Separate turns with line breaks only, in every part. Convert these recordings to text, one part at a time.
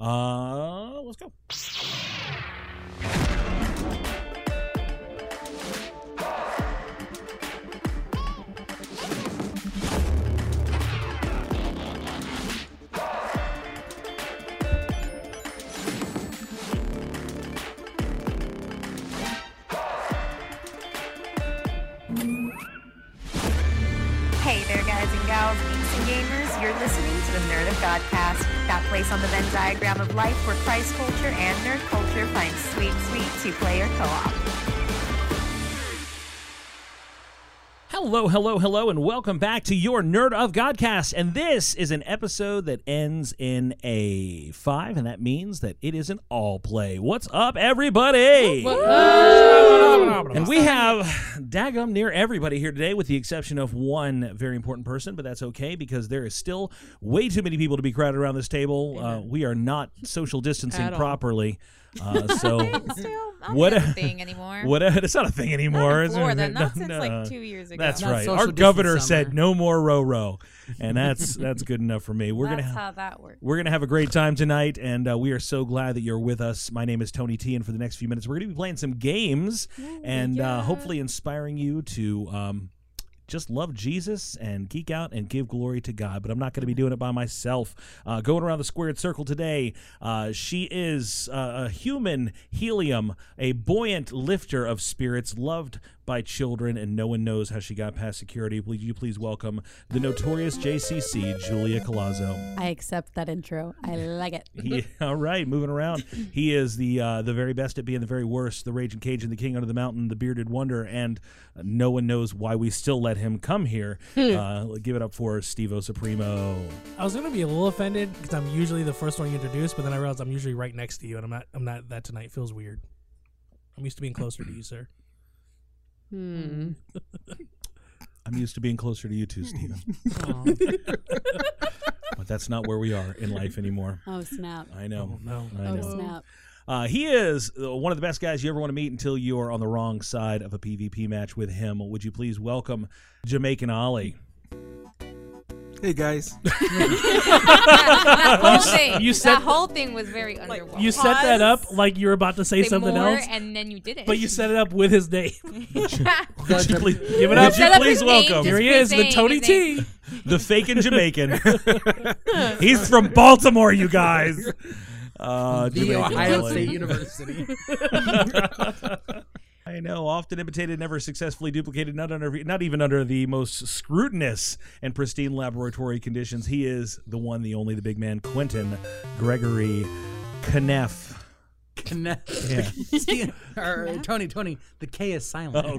Uh, let's go.
Hey there, guys and gals, geeks and gamers. You're listening to the Nerd of Godcast, that place on the Venn diagram of life where Christ culture and nerd culture find sweet, sweet two-player co-op.
Hello, hello, hello, and welcome back to your Nerd of Godcast. And this is an episode that ends in a five, and that means that it is an all play. What's up, everybody? And we have daggum near everybody here today, with the exception of one very important person, but that's okay because there is still way too many people to be crowded around this table. Uh, we are not social distancing
At all.
properly. Uh, so.
Still, not
What-
what a thing anymore.
What it's not a thing anymore.
in
is it?
Florida, not
No,
since
no.
like two years ago.
That's
Not
right.
social
Our
distance
governor said
summer.
no more row row, and that's that's good enough for me. We're
That's
gonna ha-
how that works.
we're gonna have a great time tonight, and uh, we are so glad that you're with us. My name is Tony T, and for the next few minutes, we're gonna be playing some games and uh,
yeah.
hopefully inspiring you to. Um, just love Jesus and geek out and give glory to God, but I'm not going to be doing it by myself. Uh, going around the squared circle today, uh, she is uh, a human helium, a buoyant lifter of spirits, loved by children, and no one knows how she got past security. Will you please welcome the notorious JCC, Julia Colazzo?
I accept that intro. I like it.
He, all right, moving around. He is the uh, the very best at being the very worst, the raging Cajun, the king under the mountain, the bearded wonder, and no one knows why we still let him come here.
Hmm.
uh, give it up for Stevo Supremo.
I was gonna be a little offended because I'm usually the first one you introduce, but then I realized I'm usually right next to you, and I'm not. I'm not that tonight. Feels weird. I'm used to being closer to you, sir.
Mm-hmm.
Hmm.
I'm used to being closer to you too, Stevo,
Aw.
but that's not where we are in life anymore.
Oh snap!
I know.
no.
I
Oh
know.
snap!
Uh, he is uh, one of the best guys you ever want to meet until you are on the wrong side of a PvP match with him. Would you please welcome Jamaican Ollie?
Hey guys,
that whole thing.
you said-
that whole thing was very underwhelming.
You set that up like you were about to say
Say
something
more,
else,
and then you didn't.
but you set it up with his name.
Would you please,
Give it up.
Would
Set
you
up
please
his name,
welcome?
just
Here he is, the
his
Tony
name.
T.
the faking Jamaican. He's from Baltimore, you guys. Uh,
the
Jamaican
Ohio
boy.
State University.
I know, often imitated, never successfully duplicated, not under, not even under the most scrutinous and pristine laboratory conditions. He is the one, the only, the big man, Quentin Gregory Kneff. Yeah.
or, Tony, Tony, the K is silent.
Oh,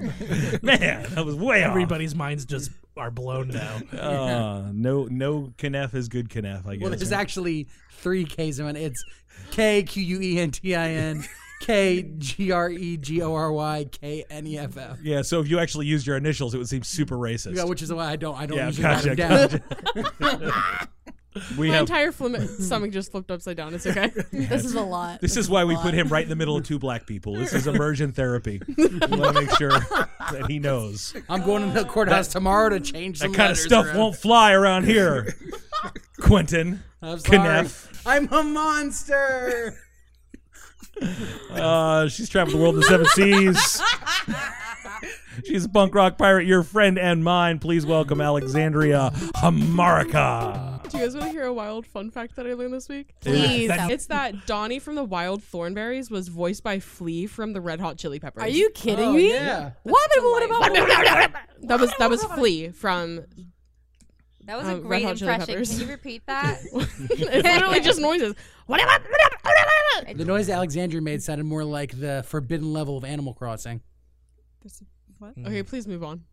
man, that was way off.
Everybody's minds just are blown now.
Uh, no, no, Kneff is good Kneff. I guess.
well, there's
right?
actually three Ks in it. It's K Q U E N T I N K G R E G O R Y K N E F F.
yeah. So if you actually used your initials, it would seem super racist.
Yeah, which is why I don't.
Oh,
I don't
Yeah,
usually
gotcha,
write them down.
we
My
have
entire flim- stomach just flipped upside down. It's okay.
This is a lot.
This is why we put him right in the middle of two black people. This is immersion therapy. We want to make sure that he knows
I'm going to the courthouse tomorrow to change some
that kind of
letters
stuff
around.
won't fly around here. Quentin,
I'm sorry.
Kneff.
I'm a monster.
uh, she's traveled the world in the seven seas. She's a punk rock pirate, your friend and mine. Please welcome Alexandria Hamarica.
Do you guys want to hear a wild fun fact that I learned this week?
Please. That-
It's that Donnie from the Wild Thornberries was voiced by Flea from the Red Hot Chili Peppers.
Are you kidding
Oh,
me?
yeah.
What about what about?
That was that was Flea from.
That was
Um,
a
Red
great
Hot Chili
impression.
Peppers.
Can you repeat that?
it's literally just noises.
The noise Alexandria made sounded more like the forbidden level of Animal Crossing.
Okay, please move on.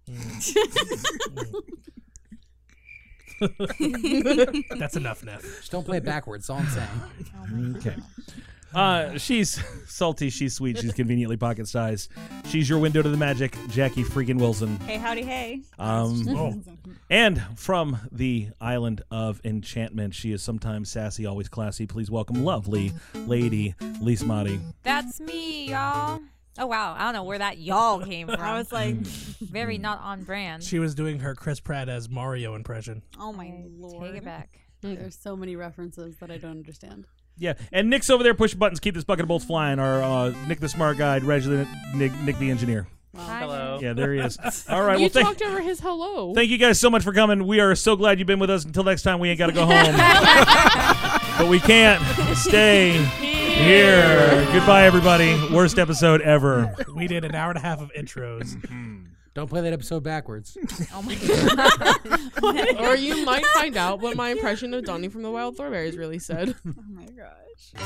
That's enough, Neff.
Just don't play it backwards. That's all I'm saying.
Okay. Uh, she's salty, she's sweet, she's conveniently pocket sized. She's your window to the magic, Jackie freaking Wilson.
hey, howdy, hey.
Um, And from the island of enchantment, she is sometimes sassy, always classy. Please welcome lovely lady Lise Motti.
That's me, y'all. Oh wow, I don't know where that y'all came from. I was like, Hmm. very not on brand.
She was doing her Chris Pratt as Mario impression.
Oh my
Take it
lord.
back.
There's so many references that I don't understand.
Yeah, and Nick's over there pushing buttons. Keep this bucket of bolts flying. Our uh, Nick the smart guy, Reginald, Nick, Nick the engineer.
Oh,
Hello.
Yeah, there he is. All right, well,
you
thank,
talked over his hello.
thank you guys so much for coming. We are so glad you've been with us. Until next time, we ain't got to go home, but we can't stay here. Goodbye, everybody. Worst episode ever.
We did an hour and a half of intros.
Don't play that episode backwards.
Oh my god.
or you might find out what my impression of Donnie from the Wild Thornberries really said.
Oh my gosh.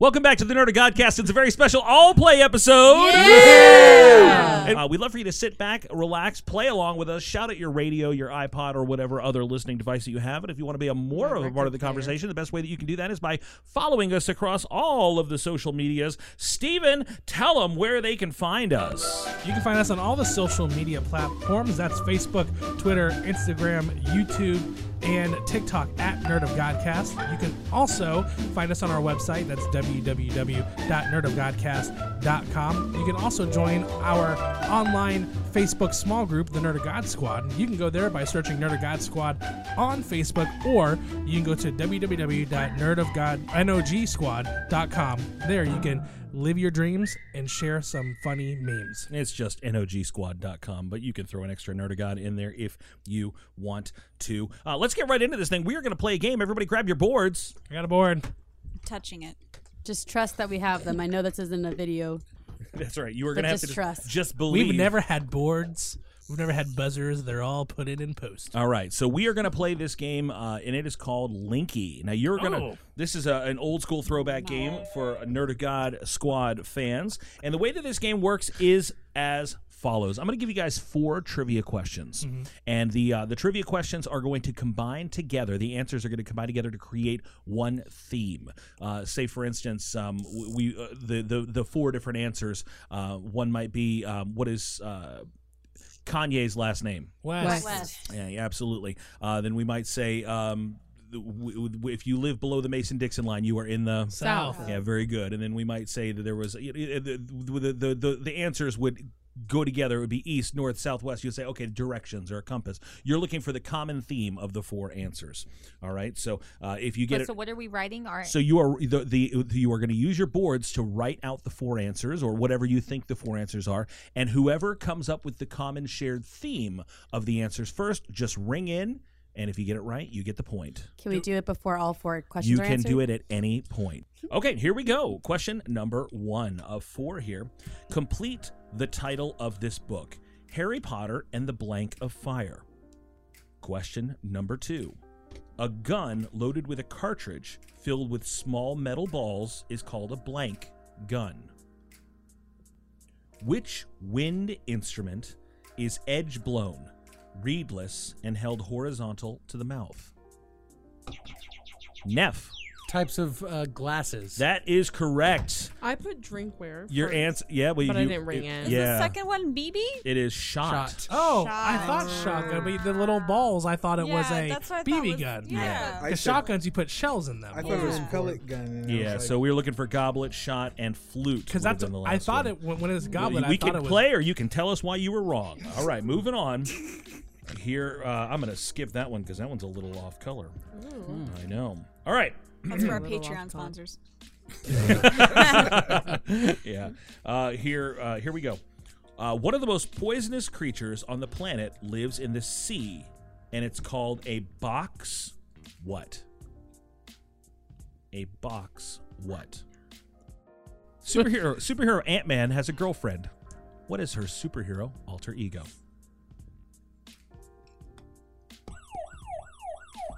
Welcome back to the Nerd of Godcast. It's a very special all play episode. And, uh, we'd love for you to sit back, relax, play along with us, shout at your radio, your iPod, or whatever other listening device that you have. And if you want to be a more of a part of the conversation, the best way that you can do that is by following us across all of the social medias. Steven, tell them where they can find us.
You can find us on all the social media platforms. That's Facebook, Twitter, Instagram, YouTube, and TikTok at Nerd of Godcast. You can also find us on our website. That's www.nerdofgodcast.com. You can also join our online Facebook small group, the Nerd of God Squad. You can go there by searching Nerd of God Squad on Facebook, or you can go to www.nerdofgodnogsquad.com. There you can live your dreams and share some funny memes.
It's just nogsquad.com, but you can throw an extra nerd of God in there if you want to. Uh, let's get right into this thing. We are going to play a game. Everybody grab your boards.
I got a board.
Touching it. Just trust that we have them. I know this isn't a video.
That's right. You were
But
going to have
just
to just,
trust.
just believe.
We've never had boards. We've never had buzzers. They're all put in in post.
All right, so we are going to play this game, uh, and it is called Linky. Now you're going to.
Oh.
This is a, an old school throwback game for Nerd of God Squad fans, and the way that this game works is as follows. I'm going to give you guys four trivia questions, and the uh, the trivia questions are going to combine together. The answers are going to combine together to create one theme. Uh, say, for instance, um, w- we uh, the, the the four different answers. Uh, one might be um, what is uh, Kanye's last name.
West.
Yeah, yeah absolutely. Uh, then we might say um, th- w- w- if you live below the Mason Dixon line, you are in the.
South.
Yeah, very good. And then we might say that there was y- y- uh, the the the, the, the answers would go together. It would be east, north, southwest. You'd say okay, directions or a compass. You're looking for the common theme of the four answers. All right. So uh, if you get
Wait,
it.
so what are we writing? Our
So you are the, the you are going to use your boards to write out the four answers or whatever you think the four answers are, and whoever comes up with the common shared theme of the answers first, just ring in, and if you get it right, you get the point.
Can we do it before all four questions
You
are
can
answered?
do it at any point. Okay, here we go. Question number one of four here. Complete the title of this book Harry Potter and the Blank of Fire. Question number two. A gun loaded with a cartridge filled with small metal balls is called a blank gun. Which wind instrument is edge blown, reedless, and held horizontal to the mouth? Neff.
Types of uh, glasses.
That is correct.
I put drinkware.
Your
first.
answer, yeah, well,
But
you,
I didn't ring in.
Yeah,
The second one, BB?
it is shot.
shot.
Oh, I thought shotgun, but the little balls, I thought it
Yeah,
was a
that's what I thought
BB
was-
gun.
yeah.
Because shotguns, you put shells in them.
I thought it was pellet gun. and I
Yeah,
was
so
like,
we were looking for goblet, shot, and flute.
Because
would've
that's
been the
I
last
thought
one.
it when when it was goblet.
we
I thought
can
it was,
play, or you can tell us why you were wrong. All right, moving on. Here, uh, I'm going to skip that one because that one's a little off color. Hmm, I know. All right.
That's for our Patreon sponsors.
yeah. Uh, here, uh, here we go. Uh, one of the most poisonous creatures on the planet lives in the sea, and it's called a box. What? A box. What? Superhero. superhero Ant Man has a girlfriend. What is her superhero alter ego?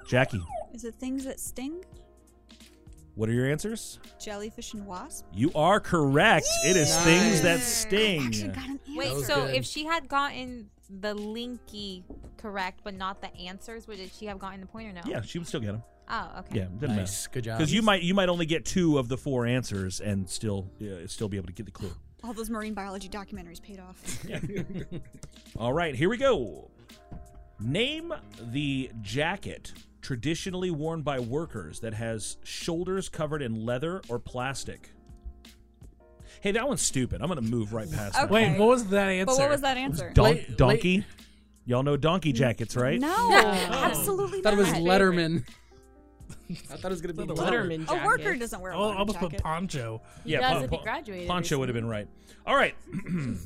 Jackie,
Is it things that sting?
what are your answers?
Jellyfish and wasp?
You are correct. It is things that sting.
wait,
was
so
good.
if she had gotten the linky correct, but not the answers, would she have gotten the point or no?
Yeah, she would still get them.
Oh, okay.
Yeah, doesn't
Nice. Good job.
Because you might you might only get two of the four answers and still uh, still be able to get the clue.
All those marine biology documentaries paid off.
All right, here we go. Name the jacket traditionally worn by workers that has shoulders covered in leather or plastic. Hey, that one's stupid. I'm gonna move right past
Okay.
that.
Wait, what was that answer?
But what was that answer?
Don-
Late-
donkey. Y'all know donkey jackets, right?
No,
Oh,
Oh.
absolutely
thought it
not.
was
favorite.
Letterman. I thought it was gonna be
Letterman
a
jacket.
worker doesn't wear a
I
leather
almost put
jacket.
poncho.
He does if he graduated
Poncho would have been right. All right.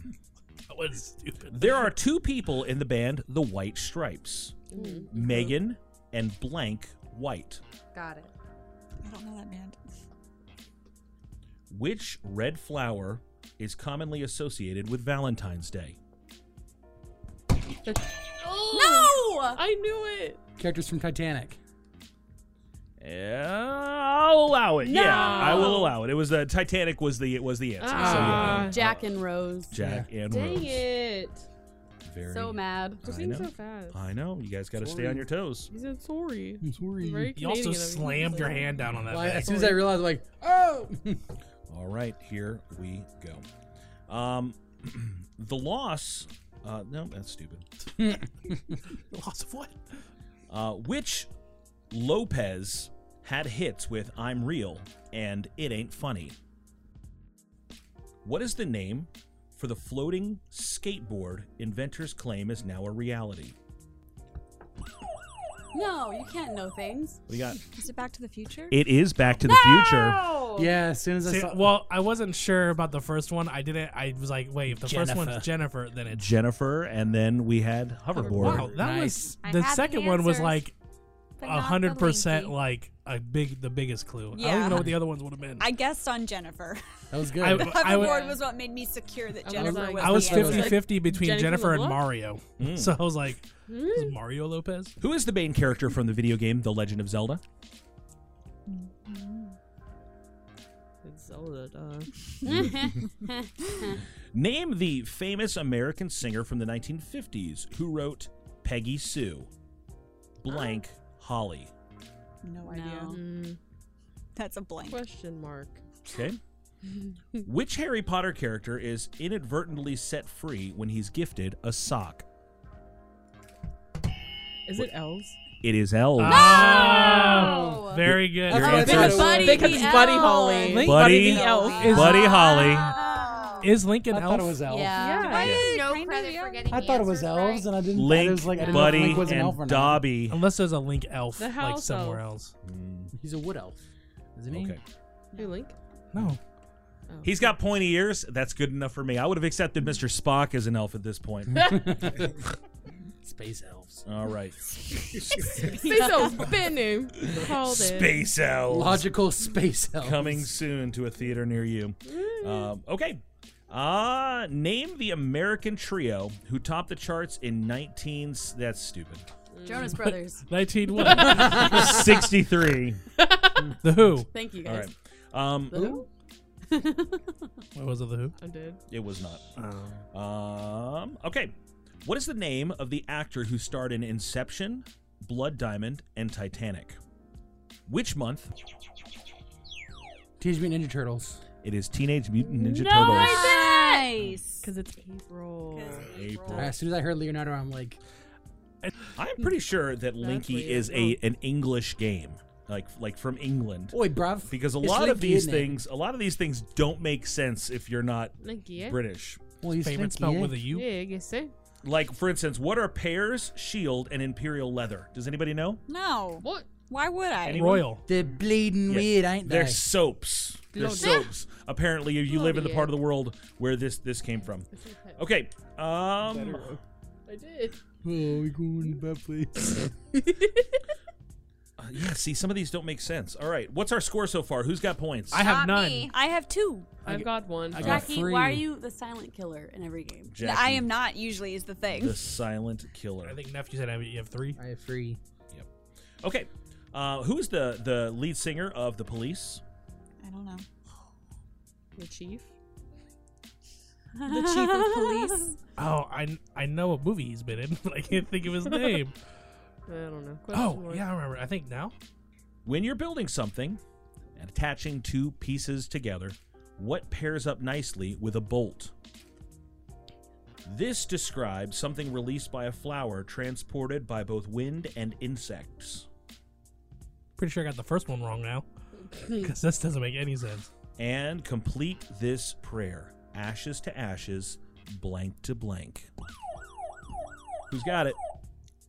That was stupid.
There are two people in the band The White Stripes
Mm-hmm.
Megan and Blank White.
Got it.
I don't know that band.
Which red flower is commonly associated with Valentine's Day?
No!
I knew it.
characters from Titanic.
Yeah, I'll allow it. Yeah, I will
No.
allow it. It was the Titanic was the it was the answer. so
Ah.
yeah,
Jack and Rose.
Uh, Jack and
Dang
Rose.
it.
Very
So mad.
I
We're being
know.
so fast.
I know. You guys got to stay on your toes.
He said sorry.
sorry.
Very
You also
Canadian of you.
slammed your hand down on that.
Well, as
thing.
soon as I realized, like, oh,
All right, here we go. Um, the loss. Uh, no, that's stupid.
Loss of what?
Uh, which Lopez had hits with "I'm Real" and "It Ain't Funny"? What is the name for the floating skateboard inventors claim is now a reality?
No, you can't know things.
We got.
Is it Back to the Future?
It is Back to the Future.
yeah. As soon as I
See,
saw,
well, I wasn't sure about the first one. I didn't. I was like, wait, if the first
Jennifer.
one's Jennifer, then it's
Jennifer, and then we had hoverboard.
Wow, Oh, that
Nice.
I
was the
had the
second one was
answers,
like
but not
a
the
hundred percent
linky.
like a big the biggest clue. I don't
Yeah.
even know what the other ones would have been.
I guessed on Jennifer.
that was good.
I-
The
I would-
hoverboard was what made me secure that
I was
Jennifer
like-
was.
I was
the answer.
50 50 between
Jennifer
Jennifer and
LeBlanc?
Mario.
Hmm.
So I was like,
Hmm?
is Mario Lopez?
Who is the main character from the video game The Legend of Zelda?
It's Zelda, duh.
Name the famous American singer from the 1950s who wrote Peggy Sue, blank
Oh.
Holly.
No idea.
No.
That's a blank.
Question mark.
Okay. Which Harry Potter character is inadvertently set free when he's gifted a sock?
Is it L's?
It is Elle.
Ah.
Oh, very good.
Your
Oh,
answer
because
is-
Buddy
Because it's
the
Buddy
Elf.
Holly.
Link
Buddy,
the Elf.
Is,
Buddy Holly.
Oh.
is Lincoln
I thought
Elf?
it was elf.
Yeah.
Why
Yeah.
you no
Kinda,
credit
yeah.
for getting
I thought it was
answers
elves, and
right?
I didn't. I
Link,
was like, I didn't know if
Buddy,
Link was an elf or
and
not. Oh,
Dobby.
Unless there's a Link Elf
The
like
house
somewhere
elf.
else.
He's a wood elf, isn't he?
Okay.
Hey, Link.
No.
Oh.
He's got pointy ears. That's good enough for me. I would have accepted Mr. Spock as an elf at this point.
Space elves.
All right.
Space Elves. Band name. Called it.
Space elves.
Logical space elves.
Coming soon to a theater near you. Um, okay. Uh, name the American trio who topped the charts in 19. That's stupid.
Jonas Brothers.
19 what?
63.
the Who.
Thank you
All
guys.
right. Um,
Ooh.
What was it, The Who?
I did.
it was not. Um, okay. What is the name of the actor who starred in Inception, Blood Diamond, and Titanic? Which month?
Teenage Mutant Ninja Turtles.
It is Teenage Mutant Ninja
No,
Turtles.
nice.
Because it's April.
April.
As soon as I heard Leonardo, I'm like,
I'm pretty sure that Linky
weird.
is a an English game, like like from England.
"Oi, bruv!"
because a
It's
lot of
Linky,
these
isn't it?
things a lot of these things don't make sense if you're not
Thank you.
british
Well, he's
Favorite
Linky,
spelled
eh?
with a U?
Yeah, I guess so.
like for instance what are pears shield and imperial leather does anybody know
No.
What?
Why would I?
Royal.
They're bleeding
Yeah,
weird, ain't they?
they're soaps they're
Bloody.
soaps apparently you, you live in the
Bloody.
part of the world where this this came from okay um
I did.
Oh, we're going to bad place.
uh, yeah see some of these don't make sense all right what's our score so far who's got points
I have
Not
none.
me.
I have two.
I've got one.
I got
Jackie, why are
free.
you the silent killer in every game?
Jackie,
I am not usually is the thing.
the silent killer
I think nephew said I have- you have three.
I have free.
okay uh, who is the the lead singer of the police
I don't know.
The chief.
The chief of police.
Oh, I I know a movie he's been in, but I can't think of his name.
I don't know. Question
oh,
mark.
yeah, I remember. I think now.
When you're building something and attaching two pieces together, what pairs up nicely with a bolt? This describes something released by a flower transported by both wind and insects.
Pretty sure I got the first one wrong now, because this doesn't make any sense.
And complete this prayer ashes to ashes, blank to blank. Who's got it?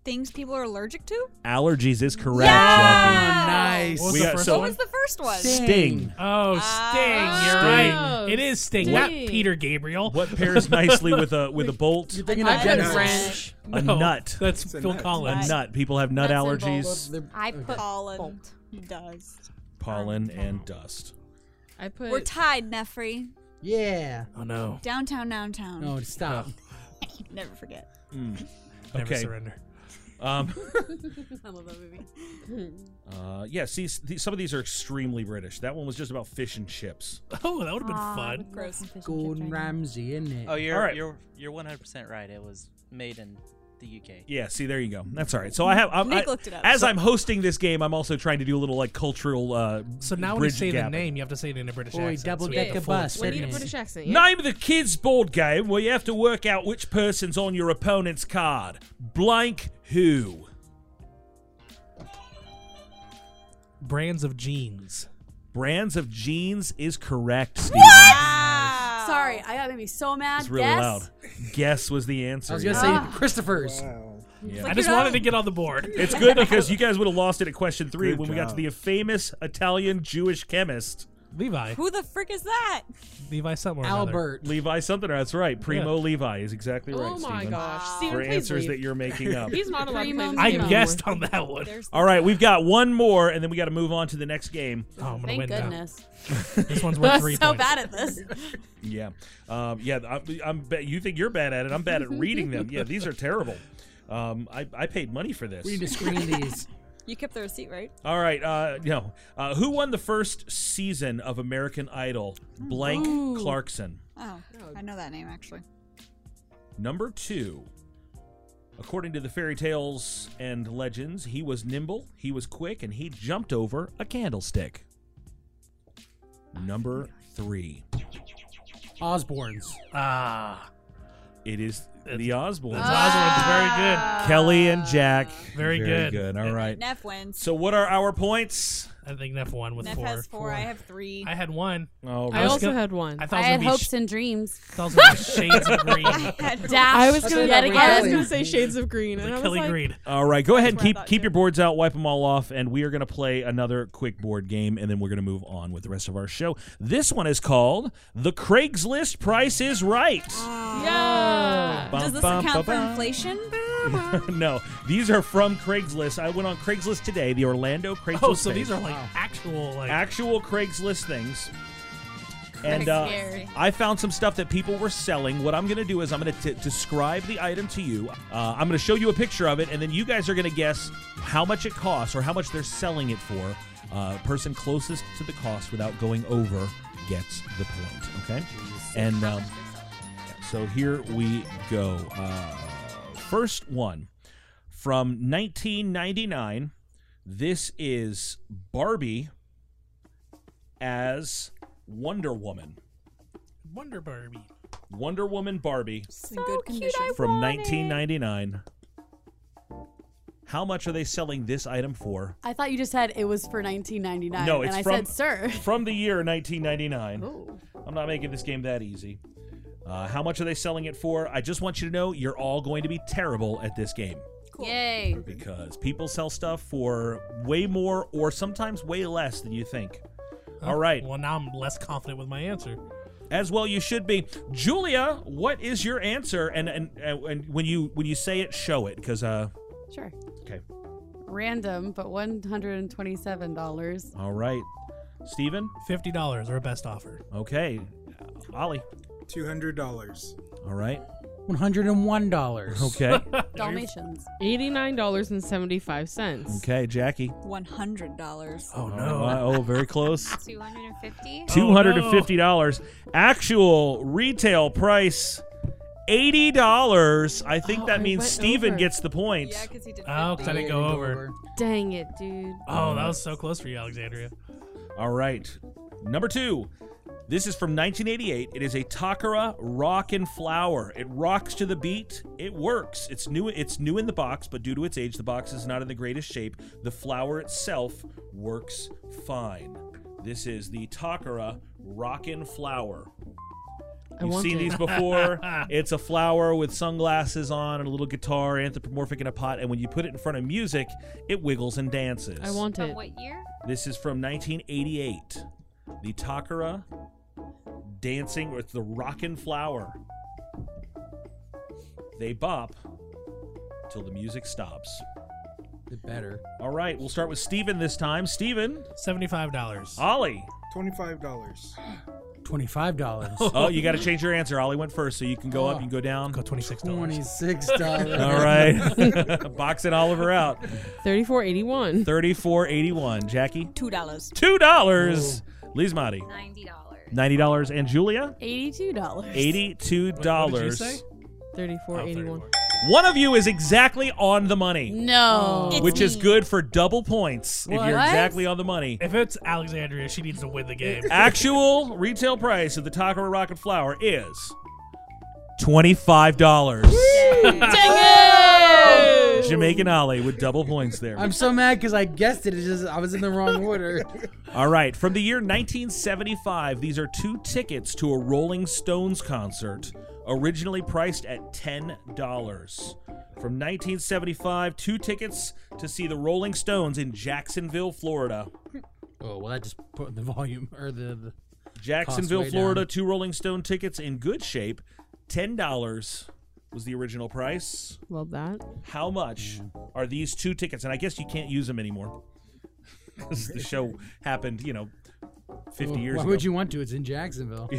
Things people are allergic to?
Allergies is correct.
Oh,
Jackie.
nice.
What was
We
the
got-
first
so-
What
one?
was the first one?
Sting.
Oh, Sting. You're
Oh,
right. It is Sting, not
Sting.
Peter Gabriel.
What pairs nicely with a with a bolt?
You're thinking
I
of
put
Genesis.
wrench.
A
No,
nut.
That's
It's a
Phil
nut.
A
Collins.
nut. People have nut
Nuts and
allergies,
I put
Colin.
bolt.
Does.
pollen, and dust.
I put.
We're tied, Nefri.
Yeah.
Oh no.
Downtown, downtown.
No, stop.
Never forget.
Never
Okay.
surrender.
Um,
I love that movie.
uh, yeah, see, s- these- some of these are extremely British. That one was just about fish and chips.
Oh, that would have been fun.
Gross.
Gordon Ramsay, innit?
Oh, you're
right.
you're you're 100 percent right. It was made in the UK.
Yeah, see, there you go. That's all right. So I have. I'm,
Nick
I-
looked it up.
As
So-
I'm hosting this game, I'm also trying to do a little like cultural. Uh,
So now when you
bridge
say the
gapping.
name, you have to say it in a British
Boy,
accent. so
double
we get the
decker
full
bus,
we need a
experience.
British accent. Yeah?
Name the kids' board game where you have to work out which person's on your opponent's card. Blank who?
Brands of jeans.
Brands of jeans is correct, Steven.
Sorry, I got made me so mad.
It's really
Guess?
loud. Guess was the answer.
I was gonna
yeah.
say
Oh.
Christopher's.
I just wanted to get on the board.
It's good because you guys would have lost it at question three
Good
when we got to
job.
the famous Italian Jewish chemist,
Levi.
Who the frick is that?
Levi somewhere.
Albert.
Levi something. That's right. Primo Levi is exactly right,
oh my
Steven.
gosh. Steven,
For
please
answers
leave.
that you're making up.
He's not allowed to play this
I
game
guessed on that one.
All right, we've got one more, and then we got to move on to the next game.
Oh, I'm gonna
Thank
win now.
goodness.
This one's
I'm
worth
so
three points.
bad at this.
Yeah, um, yeah. I'm, I'm bet you think you're bad at it. I'm bad at reading them. Yeah, these are terrible. Um, I, I paid money for this.
We need to screen these.
You kept the receipt, right?
All right, uh, no. Uh, who won the first season of American Idol? Blank Clarkson.
Oh, I know that name actually.
Number two. According to the fairy tales and legends, he was nimble, he was quick, and he jumped over a candlestick. Number three.
Osborne's.
Ah,
It is the Osbournes.
Ah.
that's Osborne's
Kelly and Jack.
Very good.
good. All right.
Neff wins.
So, what are our points?
very good. I think Neff won with
Neff
four.
has four, I have three.
I had one.
All
I
right.
was
also
gonna-
had one.
I
I,
thought
I
it
had
was gonna be
hopes
sh-
and dreams.
I thought it was gonna be shades of green.
Dash.
was gonna.
yet
I was
again.
gonna say Shades of Green, and I
Like
was
Kelly
like,
Green.
All right. Go ahead and
That's what I
keep
thought,
keep
too.
your boards out, wipe them all off, and we are going to play another quick board game, and then we're going to move on with the rest of our show. This one is called "The Craigslist Price Is Right."
Ah.
Yeah.
Bum,
Does this
bum,
account for
bum, bum.
inflation?
no, these are from Craigslist. I went on Craigslist today, the Orlando Craigslist.
Oh, so
page.
these are like actual like.
actual Craigslist things. And uh,
scary.
I found some stuff that people were selling. What I'm going to do is I'm going to describe the item to you. Uh, I'm going to show you a picture of it, and then you guys are going to guess how much it costs or how much they're selling it for. Uh, person closest to the cost without going over gets the point. Okay. And um, so here we go. Uh, first one from 1999. This is Barbie as Wonder Woman.
Wonder Barbie.
Wonder Woman Barbie
It's in good condition.
from 1999. How much are they selling this item for?
I thought you just said it was for 1999.
No, it's
and I
from
said, sir.
from the year 1999. I'm not making this game that easy. Uh, how much are they selling it for? I just want you to know you're all going to be terrible at this game
Yay.
because people sell stuff for way more or sometimes way less than you think. All right.
Well, now I'm less confident with my answer.
as well you should be julia what is your answer and and and, and when you when you say it show it because uh
Sure.
okay
Random, but $127.
all right steven
Fifty dollars or best offer.
okay ollie
Two hundred dollars.
all right
One hundred and one dollars.
okay
Dalmatians.
Eighty-nine dollars and seventy-five cents.
okay jackie
One hundred dollars.
Oh
oh, oh, very close
Oh,
250.
$250 actual retail price $80 i think
Oh,
that
I
means
went
steven
over.
gets the point
Yeah, because he did.
Oh, 'cause I didn't go over.
Dang it, dude.
Uh,
Oh, that was so close for you, Alexandria.
All right. Number two. This is from 1988. It is a Takara Rockin' Flower. It rocks to the beat. It works. It's new. It's new in the box, but due to its age, the box is not in the greatest shape. The flower itself works fine. This is the Takara Rockin' Flower. You've
want
seen
it.
these before. it's a flower with sunglasses on and a little guitar, anthropomorphic in a pot, and when you put it in front of music, it wiggles and dances.
I want
From
it.
what year?
This is from 1988. The Takara dancing with the rockin' flower. They bop till the music stops.
The better.
All right, we'll start with Steven this time. Steven,
Seventy-five dollars.
Ollie.
Twenty-five dollars.
Twenty-five dollars.
Oh, you got to change your answer. Ollie went first, so you can go up, you can go down.
Go twenty-six dollars.
Twenty-six dollars.
All right. Boxing Oliver out.
3481.
34.81. Jackie,
Two dollars.
$2. Lizmati,
Ninety dollars.
$90. And Julia,
Eighty-two dollars.
$82.
What did you say? Oh,
3481.
Oh, One of you is exactly on the money,
No.
It's-
which is
me.
good for double points if
What?
you're exactly on the money.
If it's Alexandria, she needs to win the game.
Actual retail price of the Takara Rocket Flower is $25.
Dang it!
Jamaican Ollie with double points there.
I'm so mad because I guessed it. It's just I was in the wrong order.
All right, from the year 1975, these are two tickets to a Rolling Stones concert, originally priced at $10. From 1975, two tickets to see the Rolling Stones in Jacksonville, Florida.
Oh well, that just put the volume or the. the
Jacksonville,
way
Florida,
down.
two Rolling Stone tickets in good shape. $10 was the original price.
Love that.
How much
Mm.
are these two tickets? And I guess you can't use them anymore because the show happened, you know, 50
Why
years ago.
would you want to? It's in Jacksonville.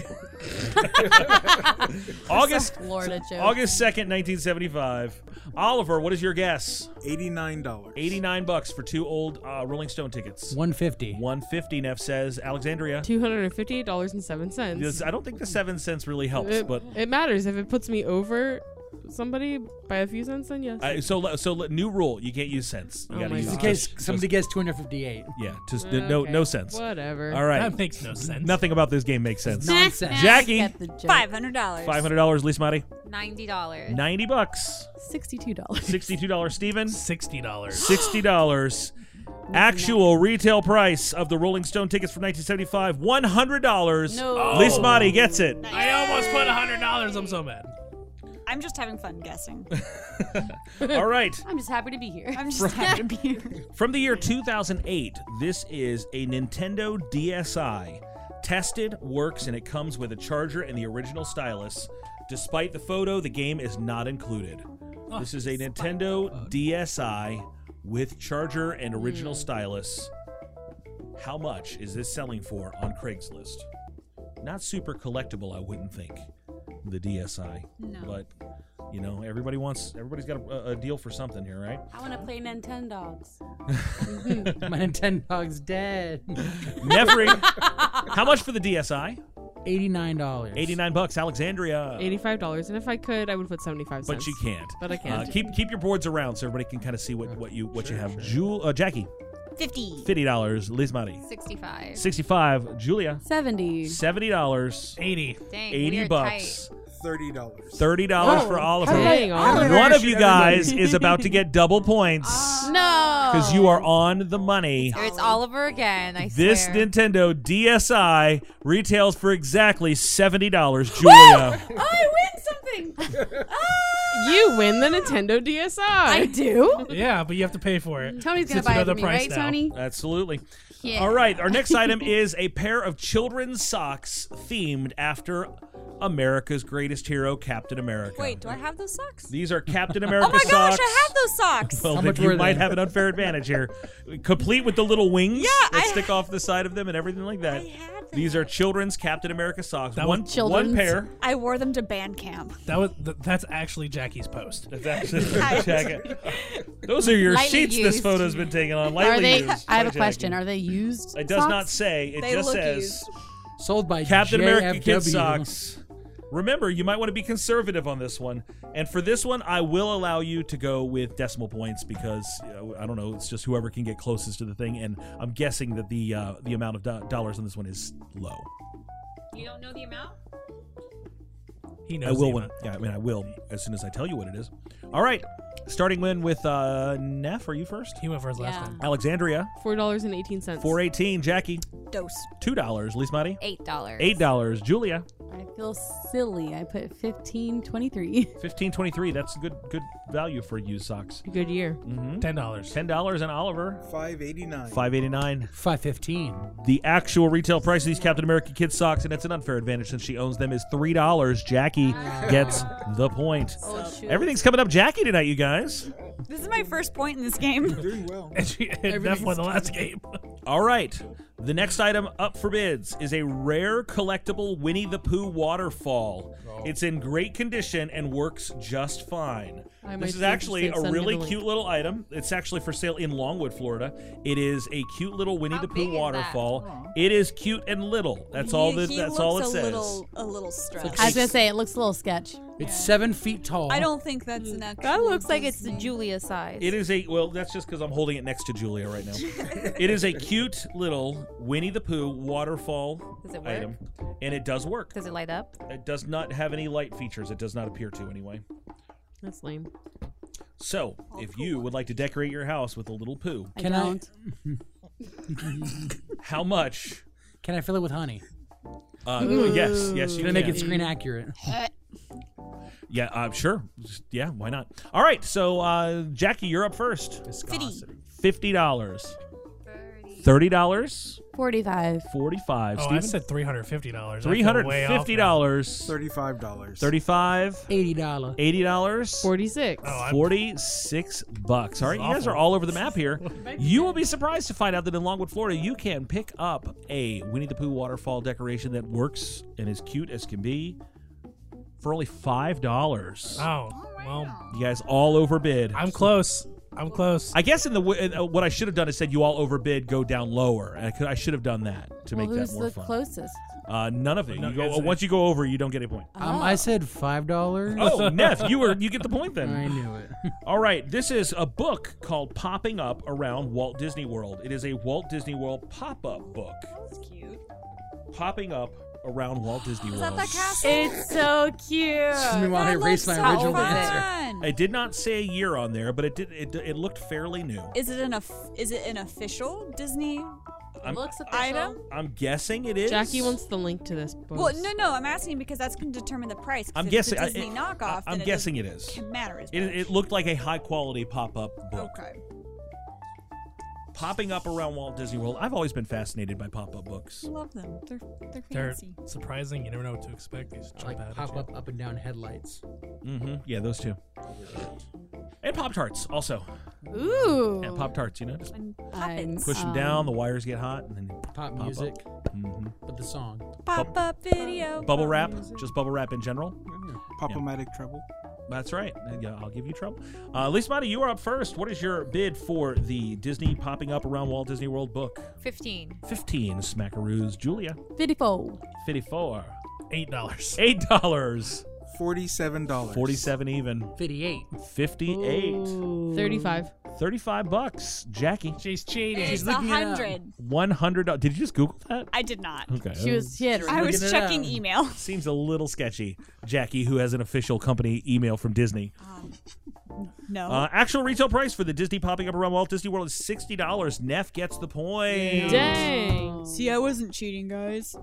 August
Florida joke.
August 2nd, 1975. Oliver, what is your guess?
Eighty-nine dollars.
89 bucks for two old uh, Rolling Stone tickets.
One fifty.
150 Neff says Alexandria.
$258.07.
This- I don't think the 7 cents really helps,
It,
but
it matters. If it puts me over somebody by a few cents, then yes.
I, so le- so le- new rule, you can't use cents. You
Oh
got to
my
use
In
gosh.
case
just-
somebody gets two hundred fifty-eight.
just- yeah, just n- no
Okay,
no sense.
Whatever.
All right.
That makes no sense.
Nothing about this game makes sense.
Nonsense.
Jackie,
Get the joke.
Five hundred dollars.
$500 Lismati,
Ninety dollars.
90 bucks.
Sixty-two dollars.
$62 Steven,
Sixty dollars.
$60. Actual retail price of the Rolling Stone tickets from 1975, $100.
No.
Liz Motti gets it.
I almost put hundred dollars. I'm so mad.
I'm just having fun guessing.
All right.
I'm just happy to be here.
I'm just happy to be here.
From the year 2008, this is a Nintendo DSi. Tested, works, and it comes with a charger and the original stylus. Despite the photo, the game is not included. This is a Nintendo DSi with charger and original stylus. How much is this selling for on Craigslist? Not super collectible, I wouldn't think. The DSi, but you know, everybody wants. Everybody's got a, a deal for something here, right?
I want to play Nintendo Dogs.
My Nintendo dog's dead.
Nevery. How much for the DSI?
Eighty-nine dollars.
89 bucks. Alexandria.
$85. And if I could, I would put 75
But
cents.
you can't.
But I
Uh,
can't.
keep keep your boards around so everybody can kind of see what, what you what you have. Jewel, uh, Jackie,
Fifty.
fifty dollars. Liz Mari,
Sixty-five.
sixty five. Julia,
Seventy.
seventy dollars.
Eighty.
Dang, we
Eighty
are
bucks.
Thirty dollars.
Thirty dollars for Oliver.
Dang, Oliver.
One of you guys is about to get double points
Ah.
No.
because you are on the money.
tight. Or It's Oliver again. I
This
swear.
Nintendo DSi retails for exactly seventy dollars. Julia.
Oh,
I win something.
You win the Nintendo DSi.
I do.
Yeah, but you have to pay for it.
Tony's gonna
It's
buy it
another
for me,
price
right,
now.
Tony?
Absolutely.
Yeah.
All right, our next item is a pair of children's socks themed after America's greatest hero, Captain America.
Wait, do I have those socks?
These are Captain
Oh
America
my gosh,
socks.
I have those socks.
Well,
How
then
much
you
were they?
might have an unfair advantage here. Complete with the little wings that
I-
stick off the side of them and everything like that.
I had
These are children's Captain America socks.
That
one,
was-
Children's.
one pair.
I wore them to band camp.
That was th- that's actually Jackie's post.
That's actually Jack- Those are your
Lightly
sheets this
used.
photo's been taking on. Lightly
Are they?
used
I have
by
a question.
Jackie.
Are they used?
It does
socks?
not say. It
They
just
look
says.
used.
Sold by
Captain America
JFW.
Kid Socks. Remember, you might want to be conservative on this one. And for this one, I will allow you to go with decimal points because you know, I don't know. It's just whoever can get closest to the thing. And I'm guessing that the uh, the amount of do- dollars on this one is low.
You don't know the amount?
He
I
knows.
will.
the
When,
amount.
yeah, I mean, I will as soon as I tell you what it is. All right, starting in with uh, Neff. Are you first?
He went for his last
Yeah.
name.
Alexandria,
$4.18.
four eighteen. Jackie,
Dose.
two dollars. Lismati,
Eight dollars.
eight dollars. Julia,
I feel silly. I put 1523.
1523 that's good good value for used socks
Good year.
hmm
$10.
$10 and oliver
589.
589
515.
the actual retail price of these captain america kid socks and it's an unfair advantage since she owns them is $3 jackie gets the point
Oh, shoot.
everything's coming up jackie tonight you guys
This is my first point in this game.
Doing well.
And she and that won the last game.
all right the next item up for bids is a rare collectible winnie the pooh waterfall
Oh.
it's in great condition and works just fine
I might
this is
be
actually
interested.
a
Send me the
really
link.
cute little item. It's actually for sale in Longwood, Florida. It is a cute little Winnie
How
the Pooh
big is that?
waterfall. It is cute and little. That's all.
He-
That,
he
that's
looks
all
a
it says.
Little, a little stressed.
I was going to say, it looks a little sketch.
It's seven feet tall.
I don't think that's an actual.
That looks like it's the
Disney.
Julia size.
It is a well. That's just because I'm holding it next to Julia right now. it is a cute little Winnie the Pooh waterfall
Does it work?
item, and it does work.
Does it light up?
It does not have any light features. It does not appear to anyway.
That's lame.
So, if you would like to decorate your house with a little poo,
I
Can I-
don't.
how much?
Can I fill it with honey?
Uh, yes, yes, you
Can I
can
make it screen accurate?
Yeah, uh, sure. Just- Yeah, why not? All right, so uh, Jackie, you're up first.
Viscosity.
Fifty dollars, thirty dollars,
45.
forty-five.
Oh, I
Steven,
said three hundred fifty dollars.
three hundred fifty dollars,
$35.
thirty-five,
Eighty dollar.
eighty dollars.
Forty-six.
Oh, I-
46 bucks. All right, you guys
awful.
are all over the map here. You will be surprised to find out that in Longwood, Florida, you can pick up a Winnie the Pooh waterfall decoration that works and is cute as can be for only $5.
Oh, well,
You guys all overbid.
I'm close. I'm close.
I guess in the w- uh, what I should have done is said you all overbid, go down lower. And I, could, I should have done that to
Well,
make that
who's
more
the
fun.
closest?
uh, none of it.
No,
you go,
it's-
once you go over, you don't get a point.
Um,
Oh.
I said five dollars.
Oh, Neff, you were you get the point then.
I knew it.
All right, this is a book called Popping Up Around Walt Disney World. It is a Walt Disney World pop-up book.
That's cute.
Popping up around Walt Disney
Is
World.
that that castle?
It's so cute.
Meanwhile, I
That
erased
looks
my
so
original
fun.
answer.
I did not say a year on there, but it did it, it looked fairly new.
Is it an of- is it an official Disney
Hmm. I'm,
Looks official.
item?
I'm guessing it is.
Jackie wants the link to this. Post.
Well, no, no. I'm asking because that's going to determine the price. 'cause
I'm
if it's
guessing. I-
a Disney
it-
knockoff.
I, am
then
guessing
it,
it is.
doesn't matter as
It,
much.
it looked like a high quality pop up book.
okay.
Popping up around Walt Disney World. I've always been fascinated by pop up books.
Love them. They're they're
They're
fancy.
surprising. You never know what to expect. These jump out
Like
at
pop
you.
up, up and down headlights.
Mm-hmm. Yeah, those two. And Pop Tarts also.
Ooh.
And Pop Tarts, you know, just
And
I'm-
puppets.
push them
Um,
down, the wires get hot, and then
Pop
up.
music,
mhm.
but the song.
Pop up video.
bubble wrap, just bubble wrap in general.
Pop-o-matic trouble.
That's right. Yeah, I'll give you trouble. Uh, Lisa Mata, you are up first. What is your bid for the Disney popping up around Walt Disney World book?
15.
15 smackaroos. Julia,
54.
54.
Eight dollars.
$8.
$47.
47 even.
Fifty-eight.
58.
Thirty-five.
35 bucks. Jackie,
She's cheating.
It's
She's
a
looking it up.
hundred.
$100. Did you just Google that?
I did not.
Okay.
She was, she had,
I was
Looking it
checking
up.
email.
Seems a little sketchy. Jackie, who has an official company email from Disney.
Um, No.
Uh, actual retail price for the Disney popping up around Walt Disney World is $60. Neff gets the point.
Dang.
See, I wasn't cheating, guys.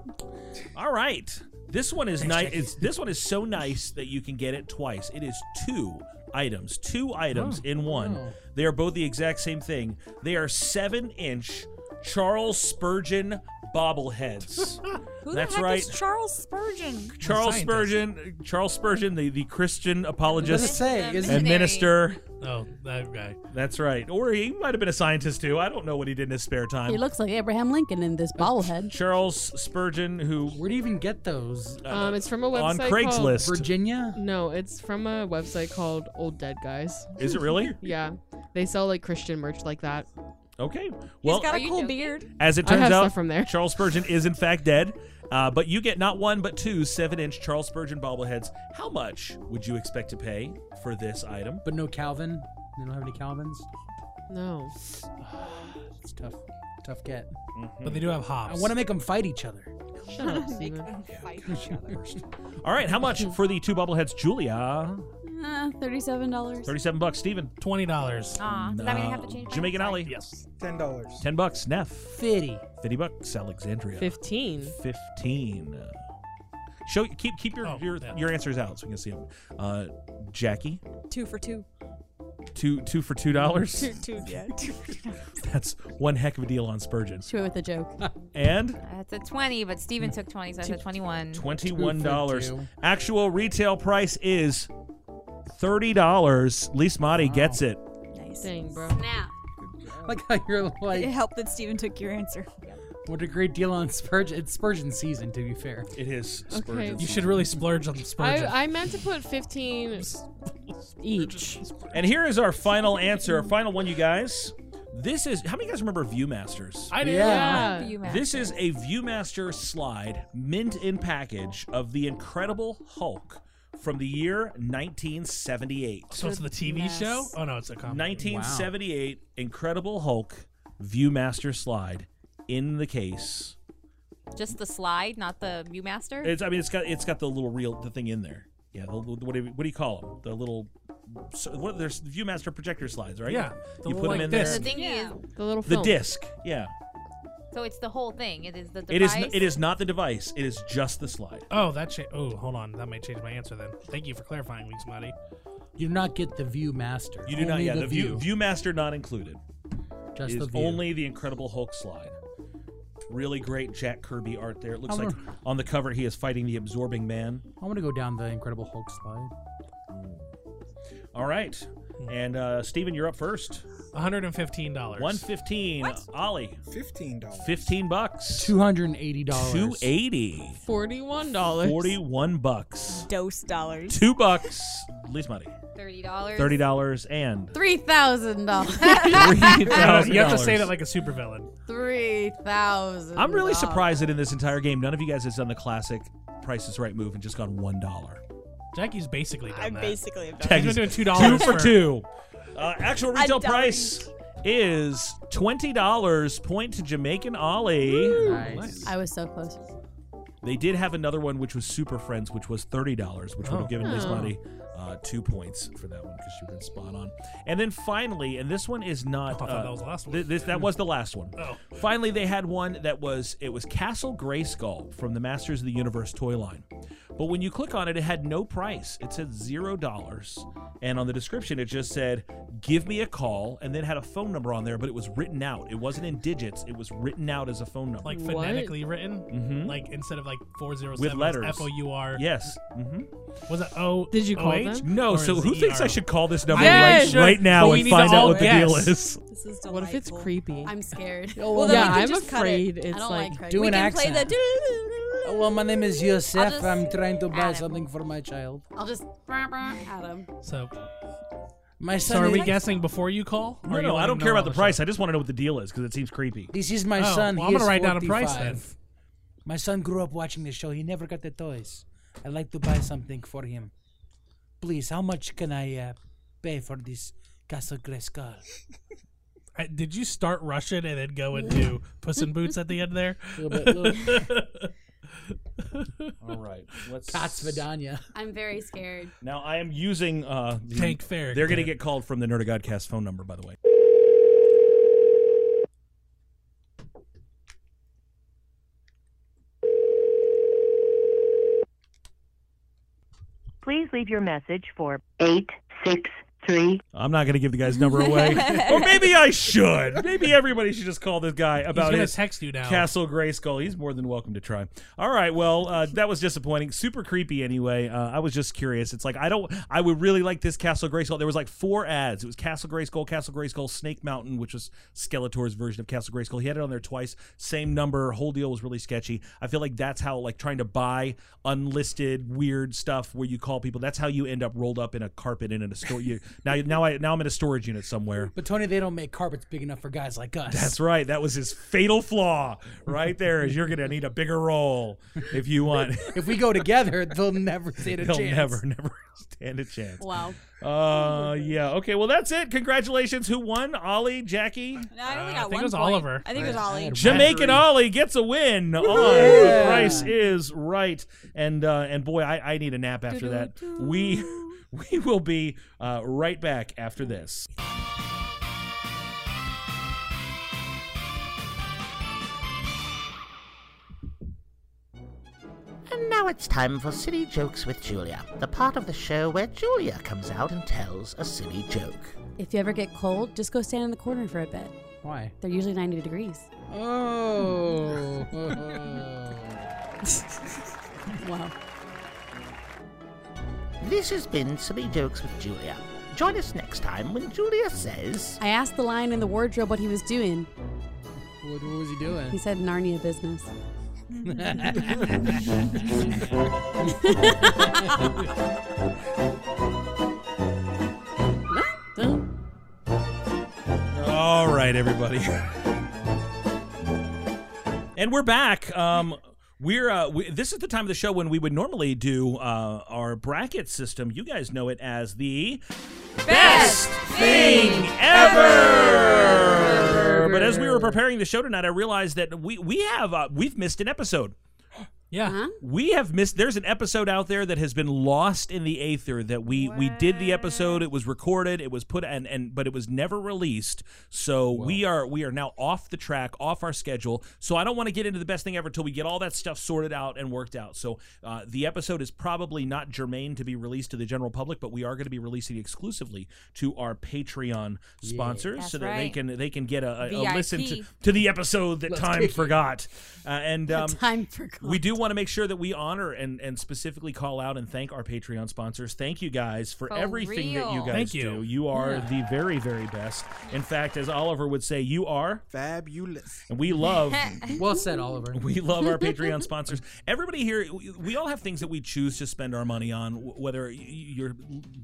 All right. This one is nice. It's, this one is so nice that you can get it twice. It is two items, two items in one. They are both the exact same thing. They are seven inch Charles Spurgeon bobbleheads.
Who
That's
the heck
right.
is Charles Spurgeon?
Charles
scientist.
Spurgeon, Charles Spurgeon, the, the Christian
Doesn't
apologist
say. Is
and
Missionary.
minister.
Oh, that guy.
That's right. Or he might have been a scientist too. I don't know what he did in his spare time.
he looks like Abraham Lincoln in this bobblehead.
Charles Spurgeon, who
Where do you even get those?
Um, it's from a
on
website called-
Craigslist.
Virginia.
No, it's from a website called Old Dead Guys.
Is it really?
Yeah, they sell like Christian merch like that.
Okay. Well,
He's got
Are
a
you
cool
joking?
beard.
As it
I
turns
have
out,
stuff from there.
Charles Spurgeon is in fact dead. Uh, but you get not one but two seven-inch Charles Spurgeon bobbleheads. How much would you expect to pay for this item?
But no Calvin. They don't have any Calvins.
No.
It's tough. Tough get.
But they do have
I
hops.
want to make them fight each other.
Shut up, Steven.
All right, how much for the two bobbleheads, Julia?
Uh, $37.
Thirty-seven bucks. Steven.
twenty dollars.
Ah, does that mean I have to change my
Jamaican
answer?
Alley.
Yes.
$10.
Ten bucks. Neff.
Fitty.
Fifty bucks. Alexandria.
Fifteen.
Fifteen. Show keep keep your
Oh,
your,
that
your answers out so we can see them. Uh, Jackie,
Two for two.
two two for two dollars.
Two, two, yeah, two for two.
That's one heck of a deal on Spurgeon.
She went with a joke.
And
That's a 20, but Steven
Hmm.
took 20, so I said 21.
twenty-one dollars. Actual retail price is thirty dollars. Lise Mati gets it.
Nice.
Dang, bro.
Now.
Like how you're like.
It helped that Steven took your answer.
What a great deal on Spurgeon. It's Spurgeon season, to be fair.
It is
Okay. Spurgeon
You
should really splurge on
I, I meant to put 15 each.
And here is our final answer, our final one, you guys. This is how many of you guys remember Viewmasters?
I do. Yeah. Yeah. Viewmasters.
This is a Viewmaster slide, mint in package of the Incredible Hulk from the year 1978.
So it's the TV Goodness. show? Oh, no, it's a comic.
1978 Incredible Hulk Viewmaster slide in the case.
Just the slide, not the Viewmaster?
It's I mean it's got it's got the little reel the thing in there. Yeah, the, little- what, do you, what do you call them? The little so, what there's ViewMaster projector slides, right?
Yeah, the
you put
little,
them
like,
in there.
disc.
The thingy is-
The little
the disc. Yeah.
So it's the whole thing. It is the device.
It is. n- It is not the device. It is just the slide.
Oh, that cha- Oh, hold on. That might change my answer then. Thank you for clarifying, Weeks Muddy.
You do not get the view master.
You do not.
Only
Yeah, the, view. Viewmaster not included.
Just
It
the
is
view.
only the Incredible Hulk slide. Really great Jack Kirby art there. It looks
I'm
like
gonna-
on the cover he is fighting the absorbing man.
I want to go down the Incredible Hulk slide.
All right, and uh, Steven, you're up first.
One hundred and fifteen dollars.
One fifteen. Ollie.
Fifteen dollars.
Fifteen bucks.
Two hundred and eighty dollars.
Two eighty.
$41.
Forty-one bucks.
Dose dollars.
Two bucks. Least money.
$30.
Thirty dollars and
Three thousand dollars.
three thousand.
you have to say that like a supervillain.
Three thousand.
I'm really surprised that in this entire game, none of you guys has done the classic Price is Right move and just gone one dollar.
Jackie's basically done
I'm
that.
basically a
Jackie's been doing
Two
two dollars
for two. Uh, actual
I'm
retail
dying.
price is twenty dollars. Point to Jamaican Ollie.
I was so close.
They did have another one which was Super Friends, which was thirty dollars, which would
Oh.
have given Liz
Oh.
Money uh, two points for that one because she would have been spot on. And then finally, and this one is not.
Oh, I thought
uh,
that was the last one.
thi- this that was the last one.
Oh.
Finally, they had one that was it was Castle Grayskull from the Masters of the Universe toy line. But when you click on it, it had no price. It said zero dollars, and on the description it just said "Give me a call," and then had a phone number on there, but it was written out. It wasn't in digits. It was written out as a phone number
like
What?
phonetically written,
Mhm.
like instead of like four zero
with
seven
letters.
F O U R.
Yes. Mm-hmm.
Was it O?
Did you call
OH?
them?
No.
Or
So
is
who
it
thinks
ER?
I should call this number
I
right,
should,
right now
but we
and
need to
find out
all
what
guess.
the deal is?
This is
What if it's
delightful.
creepy?
I'm scared.
Oh, well, then
yeah,
we can
I'm
just cut
afraid
it.
it's
I don't
like,
like
Do
We
an
can play
accent.
the
Oh, well, my name is Yosef.
just-
I'm trying to buy
Adam.
something for my child.
I'll just Adam.
So,
My
so
son.
are
is-
we guessing before you call? Or
No,
you
no,
let
I
him
don't
know
care
on
about the
show?
price. I just want to know what the deal is because it seems creepy.
This is my
Oh,
son. he
well, I'm gonna
is
write down a price
45.
then.
My son grew up watching the show. He never got the toys. I like to buy something for him. Please, how much can I uh, pay for this Castle Grayskull?
I, did you start Russian and then go into Puss in Boots at the end there?
Mm-hmm.
Little bit,
All right. Let's.
That's Vidania.
I'm very scared.
Now I am using uh, the,
Tank Fair.
They're going to get called from the Nerd of Godcast phone number, by the way.
Please leave your message for 863.
I'm not going to give the guy's number away, or maybe I should. Maybe everybody should just call this guy about
gonna
his
text you now.
Castle Grayskull. He's more than welcome to try. All right. Well, uh, that was disappointing. Super creepy. Anyway, uh, I was just curious. It's like I don't. I would really like this Castle Grayskull. There was like four ads. It was Castle Grayskull, Castle Grayskull, Snake Mountain, which was Skeletor's version of Castle Grayskull. He had it on there twice. Same number. Whole deal was really sketchy. I feel like that's how like trying to buy unlisted weird stuff where you call people. That's how you end up rolled up in a carpet and in a store. You now now I now I'm in a storage unit somewhere.
But Tony, they don't make carpets big enough for guys like us.
That's right. That was his fatal flaw right there. Is you're gonna need a bigger role if you want.
if we go together, they'll never stand a
He'll
chance.
never, never stand a chance.
Wow.
Uh, yeah. Okay. Well, that's it. Congratulations. Who won? Ollie, Jackie,
No, I only
I
got
think
one
it was
point.
Oliver.
I think it was Ollie.
Jamaican Ollie gets a win on the price is right. And uh, and boy, I, I need a nap after that. We we will be uh, right back after this.
And now it's time for Silly Jokes with Julia, the part of the show where Julia comes out and tells a silly joke.
If you ever get cold, just go stand in the corner for a bit.
Why?
They're usually 90 degrees.
Oh.
wow.
This has been Silly Jokes with Julia. Join us next time when Julia says.
I asked the lion in the wardrobe what he was doing.
What, what was he doing?
He said Narnia business.
All right, everybody. and we're back. Um, we're uh, we, this is the time of the show when we would normally do uh, our bracket system. You guys know it as the best thing ever. But as we were preparing the show tonight, I realized that we we have uh, we've missed an episode.
Yeah.
We have missed. There's an episode out there that has been lost in the aether. That we we did the episode. It was recorded. It was put and and but it was never released. So we are we are now off the track, off our schedule. So I don't want to get into the best thing ever till we get all that stuff sorted out and worked out. So uh, the episode is probably not germane to be released to the general public, but we are going to be releasing it exclusively to our Patreon sponsors,
That's
so that they
right.
can they can get a, a, a listen to,
VIP.
to the episode that
Let's
time
kick it.
forgot. Uh, and um,
time forgot.
we do want to make sure that we honor and, and specifically call out and thank our Patreon sponsors. Thank you guys for,
For
everything that you
real.
guys
Thank
do. You are
Yeah.
the very, very best. In fact, as Oliver would say, you are fabulous. And we love
well said, Oliver.
we love our Patreon sponsors. Everybody here, we- we all have things that we choose to spend our money on, wh- whether y- you're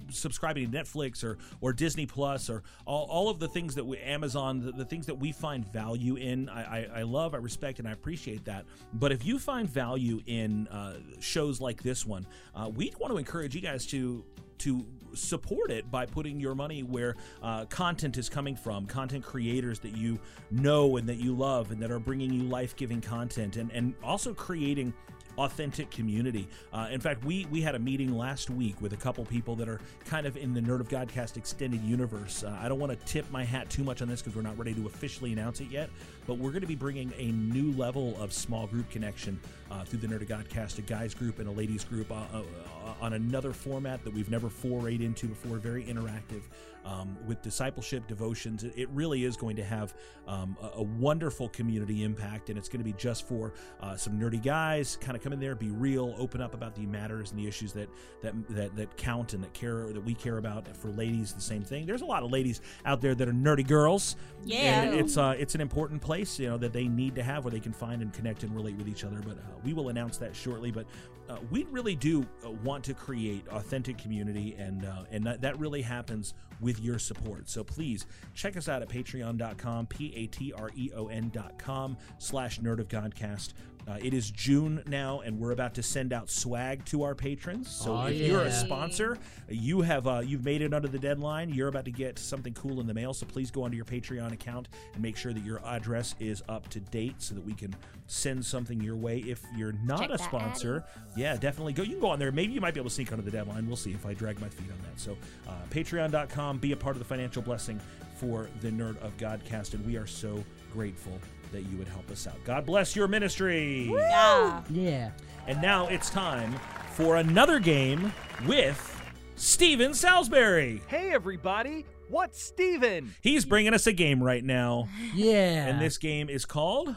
subscribing to Netflix or, or Disney Plus or all, all of the things that we, Amazon, the, the things that we find value in. I, I, I love, I respect, and I appreciate that. But if you find value in uh, shows like this one, uh, we want to encourage you guys to to support it by putting your money where uh, content is coming from content creators that you know and that you love and that are bringing you life-giving content and, and also creating authentic community uh, in fact we we had a meeting last week with a couple people that are kind of in the nerd of godcast extended universe uh, i don't want to tip my hat too much on this because we're not ready to officially announce it yet but we're going to be bringing a new level of small group connection uh, through the nerd of godcast a guys group and a ladies group uh, uh, uh, on another format that we've never forayed into before, very interactive um, with discipleship devotions. It, it really is going to have um, a, a wonderful community impact, and it's going to be just for uh, some nerdy guys. Kind of come in there, be real, open up about the matters and the issues that that that, that count and that care that we care about. And for ladies, the same thing. There's a lot of ladies out there that are nerdy girls.
Yeah.
and it's uh, it's an important place, you know, that they need to have where they can find and connect and relate with each other. But uh, we will announce that shortly. But uh, we really do uh, want to create authentic community, and uh, and that, that really happens with your support. So please check us out at patreon.com, p a t r e o n dot com slash nerd of godcast. Uh, it is June now, and we're about to send out swag to our patrons. So
Aw,
if you're a
yeah.
sponsor, you have uh, you've made it under the deadline. You're about to get something cool in the mail, so please go onto your Patreon account and make sure that your address is up to date so that we can send something your way. If you're not
Check
a
that
sponsor, yeah, definitely go. You can go on there. Maybe you might be able to sneak under the deadline. We'll see if I drag my feet on that. So uh, Patreon.com, be a part of the financial blessing for the Nerd of Godcast, and we are so grateful that you would help us out. God bless your ministry.
Yeah. Yeah.
And now it's time for another game with Steven Salisbury.
Hey, everybody. What's Steven?
He's bringing us a game right now.
Yeah.
And this game is called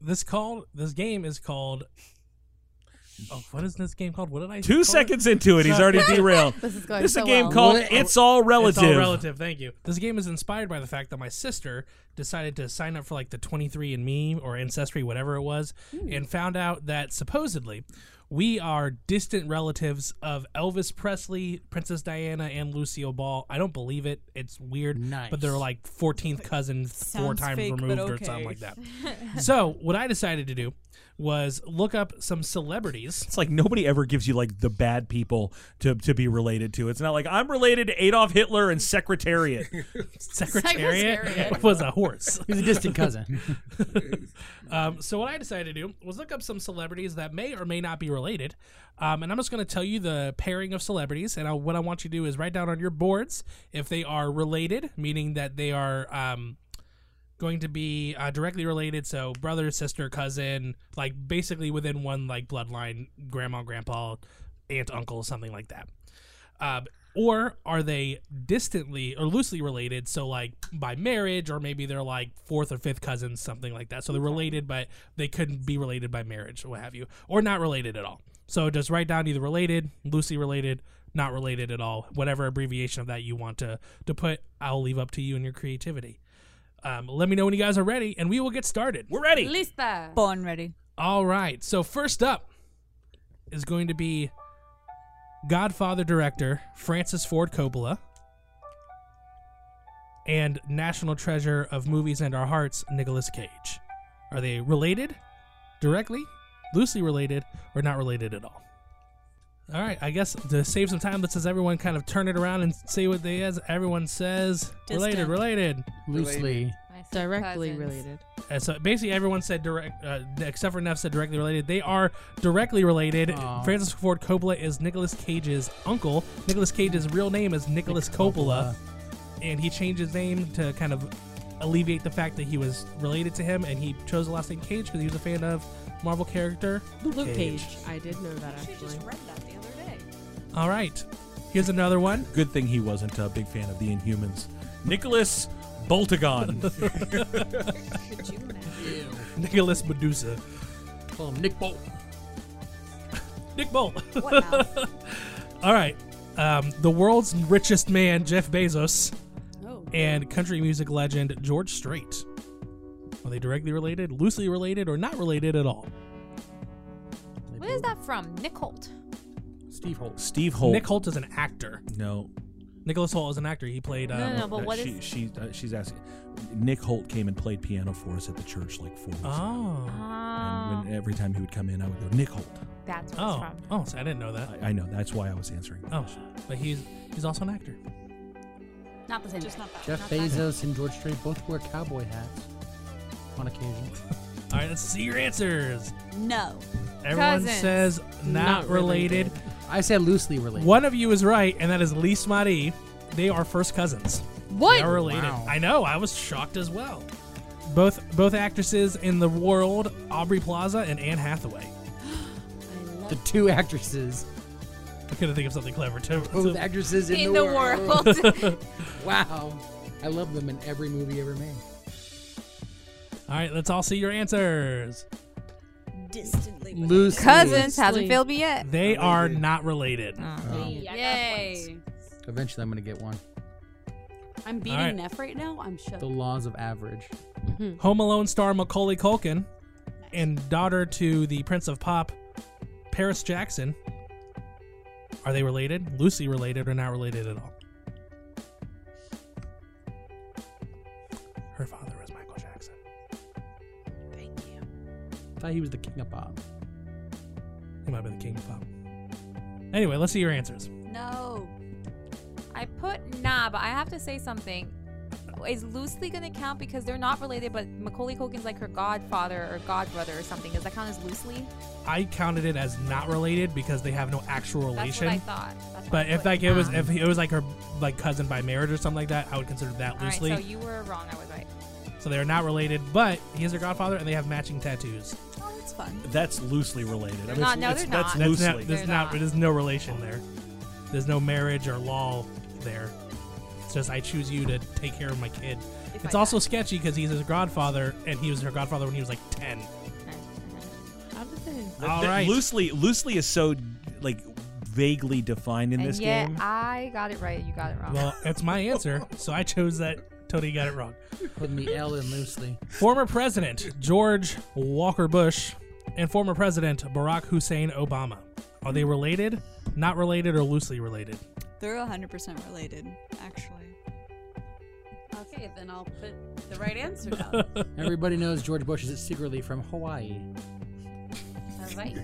This called this game is called. Oh, what is this game called? What did I?
Two seconds into it, he's already derailed. This is going This is a so game well. called It's All
It's all
Relative.
relative. Thank you. This game is inspired by the fact that my sister decided to sign up for like the 23andMe or Ancestry, whatever it was,
Hmm.
and found out that supposedly we are distant relatives of Elvis Presley, Princess Diana, and Lucille Ball. I don't believe it. It's weird, but they're like 14th cousin, four
Sounds
times
fake, but
removed, or
okay.
something like that. so what I decided to do was look up some celebrities.
It's like nobody ever gives you like the bad people to, to be related to. It's not like I'm related to Adolf Hitler and Secretariat.
Secretariat,
Secretariat.
was a horse.
He's a distant cousin.
um, so what I decided to do was look up some celebrities that may or may not be related, um, and I'm just going to tell you the pairing of celebrities. And I, what I want you to do is write down on your boards if they are related, meaning that they are um, going to be uh, directly related, so brother, sister, cousin, like basically within one like bloodline, grandma, grandpa, aunt, uncle, something like that. Uh, or are they distantly or loosely related? So like by marriage, or maybe they're like fourth or fifth cousins, something like that. So they're related, but they couldn't be related by marriage, or what have you, or not related at all. So just write down either related, loosely related, not related at all, whatever abbreviation of that you want to to put. I'll leave up to you and your creativity. Um, let me know when you guys are ready, and we will get started. We're ready.
Lista.
Born ready.
All right. So first up is going to be Godfather director Francis Ford Coppola and National Treasure of Movies and Our Hearts Nicolas Cage. Are they related? Directly? Loosely related or not related at all? All right, I guess to save some time, let's just everyone kind of turn it around and see what they as everyone says. Related,
Distant.
related,
Loosely. My sister Directly cousins. related.
Uh, so basically, everyone said direct, uh, except for Neff said directly related. They are directly related.
Aw.
Francis Ford Coppola is Nicolas Cage's uncle. Nicolas Cage's real name is Nicholas Coppola, and he changed his name to kind of alleviate the fact that he was related to him, and he chose the last name Cage because he was a fan of Marvel character
Luke Cage. I did know that actually.
All right, here's another one.
Good thing he wasn't a big fan of the Inhumans. Nicholas Boltagon.
Nicholas Medusa.
Call him Nick Bolt.
Nick Bolt. All right. Um, the world's richest man, Jeff Bezos, and country music legend George Strait. Are they directly related, loosely related, or not related at all?
Where is that from? Nick Holt.
Steve Holt.
Steve Holt.
Nick Holt is an actor.
No.
Nicholas Holt is an actor. He played. Um,
No, no, but what
she,
is-
she uh, she's asking? Nick Holt came and played piano for us at the church like four weeks ago.
Oh.
Ah.
And when, every time he would come in, I would go Nick Holt.
Uh, That's where
Oh. Oh, so I didn't know that.
I, I know that's why I was answering.
Oh, but he's he's also an actor.
Not the same. Just
not that.
Jeff Bezos and George Strait both wear cowboy hats on occasion.
All right, let's see your answers.
No.
Everyone
Cousins.
says not,
Not
related.
related. I said loosely related.
One of you is right, and that is Lise Marie. They are first cousins.
What?
They are related.
Wow.
I know. I was shocked as well. Both both actresses in the world, Aubrey Plaza and Anne Hathaway.
The two actresses.
I couldn't think of something clever too.
Both actresses in,
In
the,
the
world. wow. I love them in every movie ever made.
All right, let's all see your answers.
Distantly.
Loosely.
Cousins hasn't failed me yet.
They are not related.
Ah.
Yay.
Um, Eventually, I'm going to get one.
I'm beating
All right.
Neff right now. I'm shook.
The laws of average.
Home Alone star Macaulay Culkin and daughter to the Prince of Pop, Paris Jackson. Are they related? Lucy related or not related at all? Her father was Michael Jackson.
thought he was the king of pop.
He might have been the king of pop. Anyway, let's see your answers.
No. I put nah, but I have to say something. Is loosely going to count because they're not related, but Macaulay Culkin's like her godfather or godbrother or something. Does that count as loosely?
I counted it as not related because they have no actual
That's
relation.
what I thought. Um, That's what
But
I
if
put.
like it was
Nah.
if it was like her like cousin by marriage or something like that, I would consider that
All right,
loosely.
so you were wrong. I was right.
So they are not related, but he is their godfather, and they have matching tattoos.
Oh, that's fun.
That's loosely related.
They're not- no,
it's-
they're
That's
not.
That's not-
loosely.
there's not, There's no relation there. There's no marriage or law there. It's just I choose you to take care of my kid. it's also sketchy because he's his godfather, and he was her godfather when he was like ten.
Th-
All
th-
right.
Loosely, loosely is so like vaguely defined in
and
this
yet
game.
I got it right. You got it wrong.
Well, that's my answer, so I chose that. Tony got it wrong.
Put me L in loosely.
Former President George Walker Bush and former President Barack Hussein Obama. Are they related? Not related or loosely related?
They're 100% related, actually.
Okay, then I'll put the right answer down.
Everybody knows George Bush is secretly from Hawaii.
All right.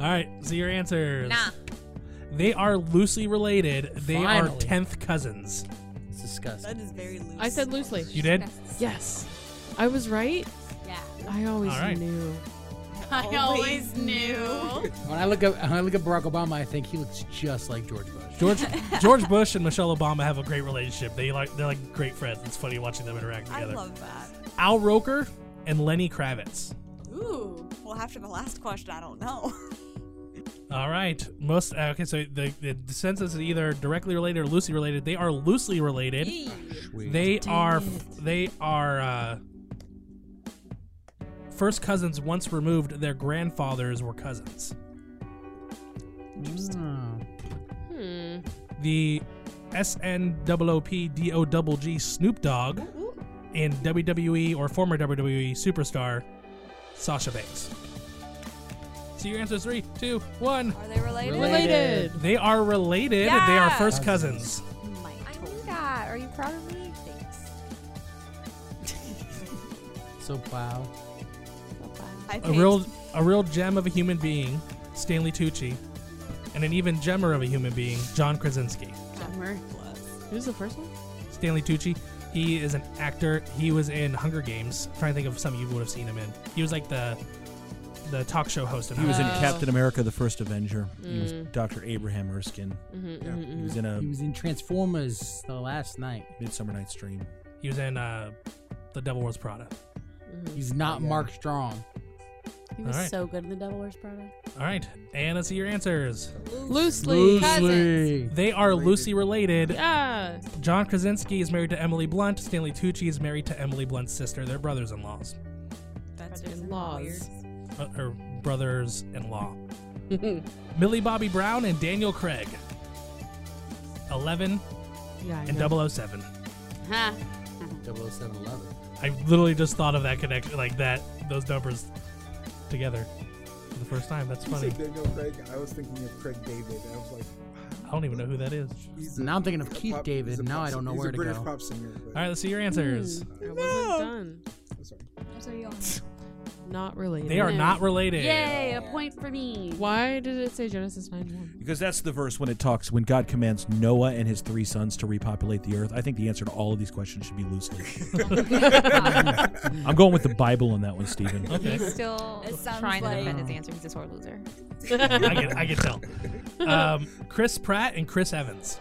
All right, see your answers.
Nah.
They are loosely related. They are
Finally.
10th cousins.
It's disgusting.
That is very loose.
I said loosely.
You did?
Yes. I was right.
Yeah.
I always
All right.
knew.
I always knew.
When I look at when I look at Barack Obama, I think he looks just like George Bush.
George George Bush and Michelle Obama have a great relationship. They like they're like great friends. It's funny watching them interact
I
together.
love that.
Al Roker and Lenny Kravitz.
Ooh. Well, after the last question, I don't know.
All right. Most uh, okay. So the, the the census is either directly related or loosely related. They are loosely related. They
Dang
are f- they are uh, first cousins. Once removed, their grandfathers were cousins.
Mm.
Hmm.
The SNOOPDOGG Snoop Dogg and WWE or former WWE superstar Sasha Banks. So your answer is three, two, one.
Are they related?
Related.
They are related. They are first
Yes.
cousins.
I knew that. Are you proud of me? Thanks.
So wow.
I
A real, a real gem of a human being, Stanley Tucci, and an even gemmer of a human being, John Krasinski.
Who's the first one?
Stanley Tucci. He is an actor. He was in Hunger Games. I'm trying to think of something you would have seen him in. He was like the the talk show host.
He was in
Hunger
Oh.
Games.
Captain America: The First Avenger. He was
Mm.
Doctor Abraham Erskine.
Mhm,
Yeah,
mhm,
He
Mm.
was in a
He was in Transformers the last night.
Midsummer Night's Dream.
He was in uh, The Devil Wears Prada.
Mm-hmm.
He's not Mark Strong.
He was
All right.
so good in the Devil Wears Prada.
All right, and let's see your answers.
Loosely. Loosely. Cousins.
They are loosely related.
Yeah.
John Krasinski is married to Emily Blunt. Stanley Tucci is married to Emily Blunt's sister. They're brothers-in-laws.
That's
in laws.
Uh, or brothers-in-law. Millie Bobby Brown and Daniel Craig. 11
Yeah, I
and
know.
007.
00711.
I literally just thought of that connection, like that, those numbers together for the first time. That's
You
funny.
said Daniel Craig. I was thinking of Craig David. I was like,
I don't even know who that is.
he's
Now I'm thinking of
a
Keith
pop-
David.
he's a
Now
pop
I
sing-
don't know
he's
where
a
to
British
go.
pop singer.
All right, let's see your answers.
I wasn't done.
Sorry.
Not related.
They are not related.
Yay, a point for me.
Why did it say Genesis 9 1?
Because that's the verse when it talks when God commands Noah and his three sons to repopulate the earth. I think the answer to all of these questions should be loosely. I'm going with the Bible on that one, Stephen.
He's still
It sounds
trying to defend
like-
his answer. He's a sore loser.
I can, I can tell. Um, Chris Pratt and Chris Evans.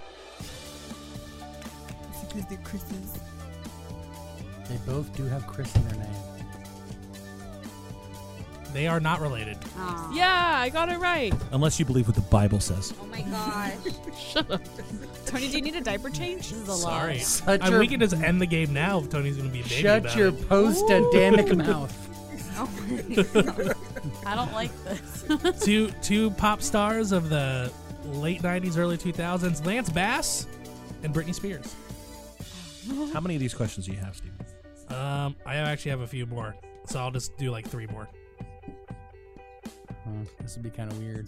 Because they're Chris's.
They both do have Chris in their name.
They are not related.
Yeah, I got it right.
Unless you believe what the Bible says.
Oh my gosh. Shut up. Tony, do you need a diaper change? This is a
Sorry.
Shut
I mean,
your-
we can just end the game now if Tony's going to be a baby
Shut
about
your
it.
post-Adamic mouth.
Oh my God. I don't like this.
two two pop stars of the late 90s, early 2000s, Lance Bass and Britney Spears.
How many of these questions do you have, Stephen?
Um, I actually have a few more, so I'll just do like three more.
Huh, this would be kind of weird.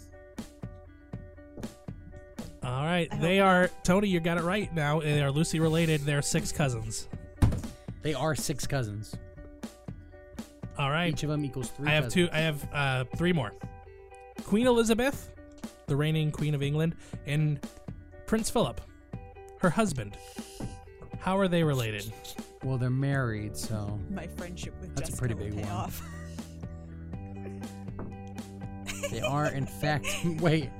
All right, they are Tony. You got it right now. They are loosely related. They're six cousins.
They are six cousins.
All right,
Each of them equals three.
I have two. I have uh, three more. Queen Elizabeth, the reigning Queen of England, and Prince Philip, her husband. How are they related?
Well, they're married, so
My friendship with
That's a
Jessica
pretty
will pay
big one.
off.
they are in fact. wait.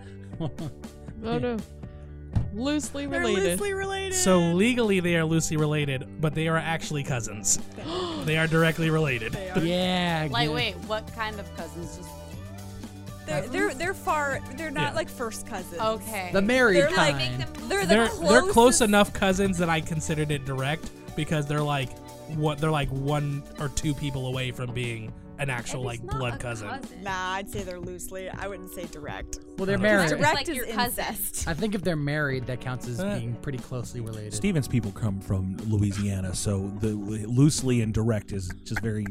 Oh no. Loosely related.
related.
So legally they are loosely related, but they are actually cousins. they are directly related.
yeah.
Like, wait, what kind of cousins? Just
They're, they're they're far. They're not
Yeah.
like first cousins.
Okay.
The married
they're like
kind.
they're the
They're
closest.
they're close enough cousins that I considered it direct because they're like what they're like one or two people away from being an actual like blood cousin.
Nah, I'd say they're loosely. I wouldn't say direct.
Well, they're
It's
married.
Direct
like
is
your cousin.
incest.
I think if they're married, that counts as
Uh.
being pretty closely related.
Stephen's people come from Louisiana, so the loosely and direct is just very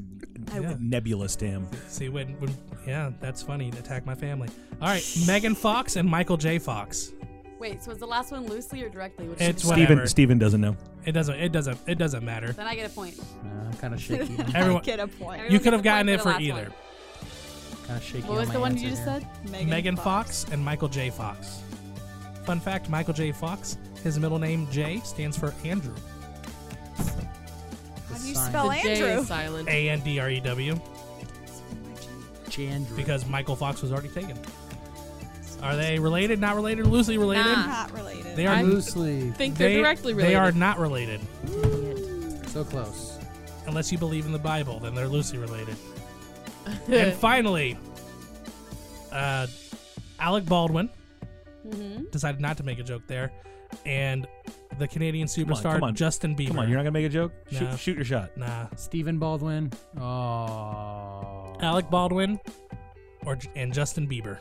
nebulous to him.
See when, when yeah, that's funny. Attack my family. All right, Megan Fox and Michael J. Fox.
wait. So is the last one loosely or directly? Which
It's
is-
whatever.
Stephen Stephen doesn't know.
It doesn't it doesn't it doesn't matter.
Then I get a point.
I'm kind of shaky.
Everyone
get a point.
You
Everyone
could have
gets a point
gotten it
for
for
the last
either.
kind of shaky.
What
on
was
my
the one you
answer
just
here.
said?
Megan, Fox. and Michael J. Fox. Fun fact Michael J. Fox, his middle name J stands for Andrew.
How do you
sign.
spell
The J is
Andrew?
silent.
A N D R E W.
Chandra.
E because Michael Fox was already taken. Are they related? Not related? Loosely related?
Nah. Not related.
They are
I
Loosely.
think they're
they-
directly
They are
related.
not related.
So close.
Unless you believe in the Bible, then they're loosely related. and finally, uh, Alec Baldwin
Mhm.
decided not to make a joke there, and the Canadian
Come on,
superstar
come on.
Justin Bieber.
Come on, you're not gonna make a joke.
No.
Shoot, shoot your shot.
Nah.
Stephen Baldwin. Oh.
Alec Baldwin, or and Justin Bieber.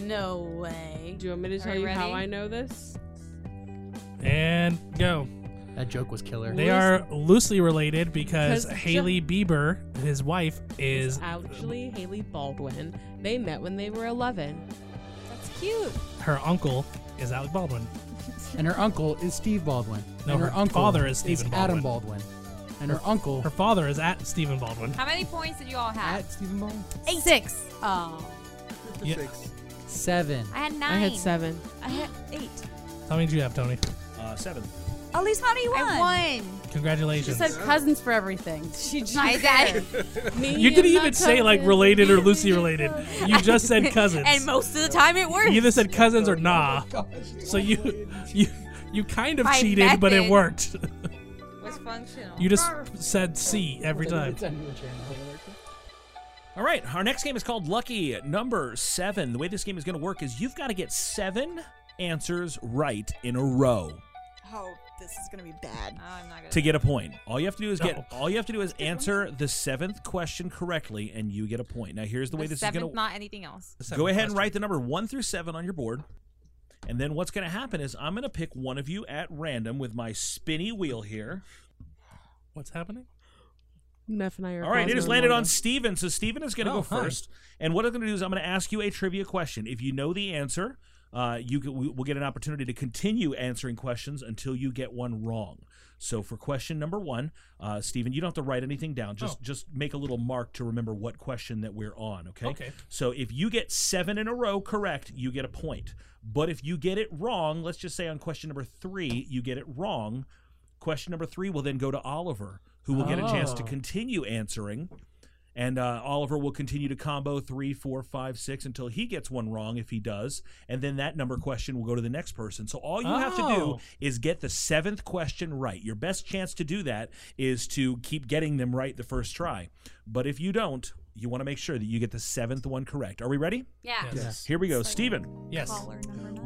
No way.
Do you want me to
Are
tell
you
you how
ready?
I know this?
And go.
That joke was killer.
They are loosely related because
'Cause
Haley Bieber, his wife, is
Actually, Haley Baldwin. They met when they were 11.
That's cute.
her uncle is Alec Baldwin.
And her uncle is Steve Baldwin.
No,
and
her father is Stephen
Adam Baldwin. And her, uncle.
Her father is at Stephen Baldwin.
How many points did you all have? At
Stephen Ball?
Eight. Six. Oh.
Yeah.
Seven.
I had nine.
I had seven.
I had eight.
How many do you have, Tony?
Uh, seven.
At least honey won. I won.
She
Congratulations.
said cousins for everything. She just
I did.
You didn't even say like related or loosely related. You just said cousins.
and most of the time it works.
You either said cousins or nah.
Oh,
So you you you kind of
My
cheated, but it
method.
worked.
was functional.
You just said C every time.
All right, our next game is called Lucky Number Seven. The way this game is going to work is you've got to get seven answers right in a row
Oh, this is gonna be bad.
I'm not gonna.
to get a point. All you have to do is
No.
get all you have to do is answer the seventh question correctly, and you get a point. Now here's the, way this is
seventh,
going to
not anything else.
Go ahead and write the number one through seven on your board. And then what's going to happen is I'm going to pick one of you at random with my spinny wheel here.
What's happening?
Neff and I are.
All right, it
pausing
has landed on
Wanda.
Steven. So Steven is going to
Oh,
go
hi.
first. And what I'm going to do is I'm going to ask you a trivia question. If you know the answer, uh, you can, we, will get an opportunity to continue answering questions until you get one wrong. So for question number one, uh, Steven, you don't have to write anything down.
Oh.
Just just make a little mark to remember what question that we're on. Okay.
Okay.
So if you get seven in a row correct, you get a point. But if you get it wrong, let's just say on question number three, you get it wrong. Question number three will then go to Oliver, who will get a chance to
Oh.
continue answering. And uh, Oliver will continue to combo three, four, five, six until he gets one wrong if he does. And then that number question will go to the next person. So all you have to do
Oh.
is get the seventh question right. Your best chance to do that is to keep getting them right the first try. But if you don't, you want to make sure that you get the seventh one correct. Are we ready?
Yeah.
Yes. Yes.
Here we go. Steven.
Yes.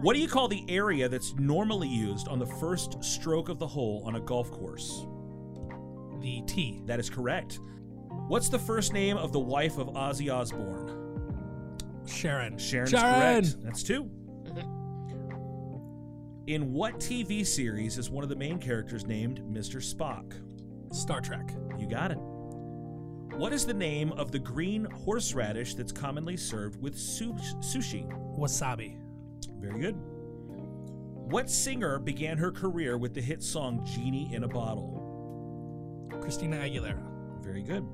What do you call the area that's normally used on the first stroke of the hole on a golf course?
The T.
That is correct. What's the first name of the wife of Ozzy Osbourne?
Sharon.
Sharon,
Sharon!
is correct. That's two. In what TV series is one of the main characters named Mr. Spock?
Star Trek.
You got it. What is the name of the green horseradish that's commonly served with su- sushi?
Wasabi.
Very good. What singer began her career with the hit song Genie in a Bottle?
Christina Aguilera.
Very good.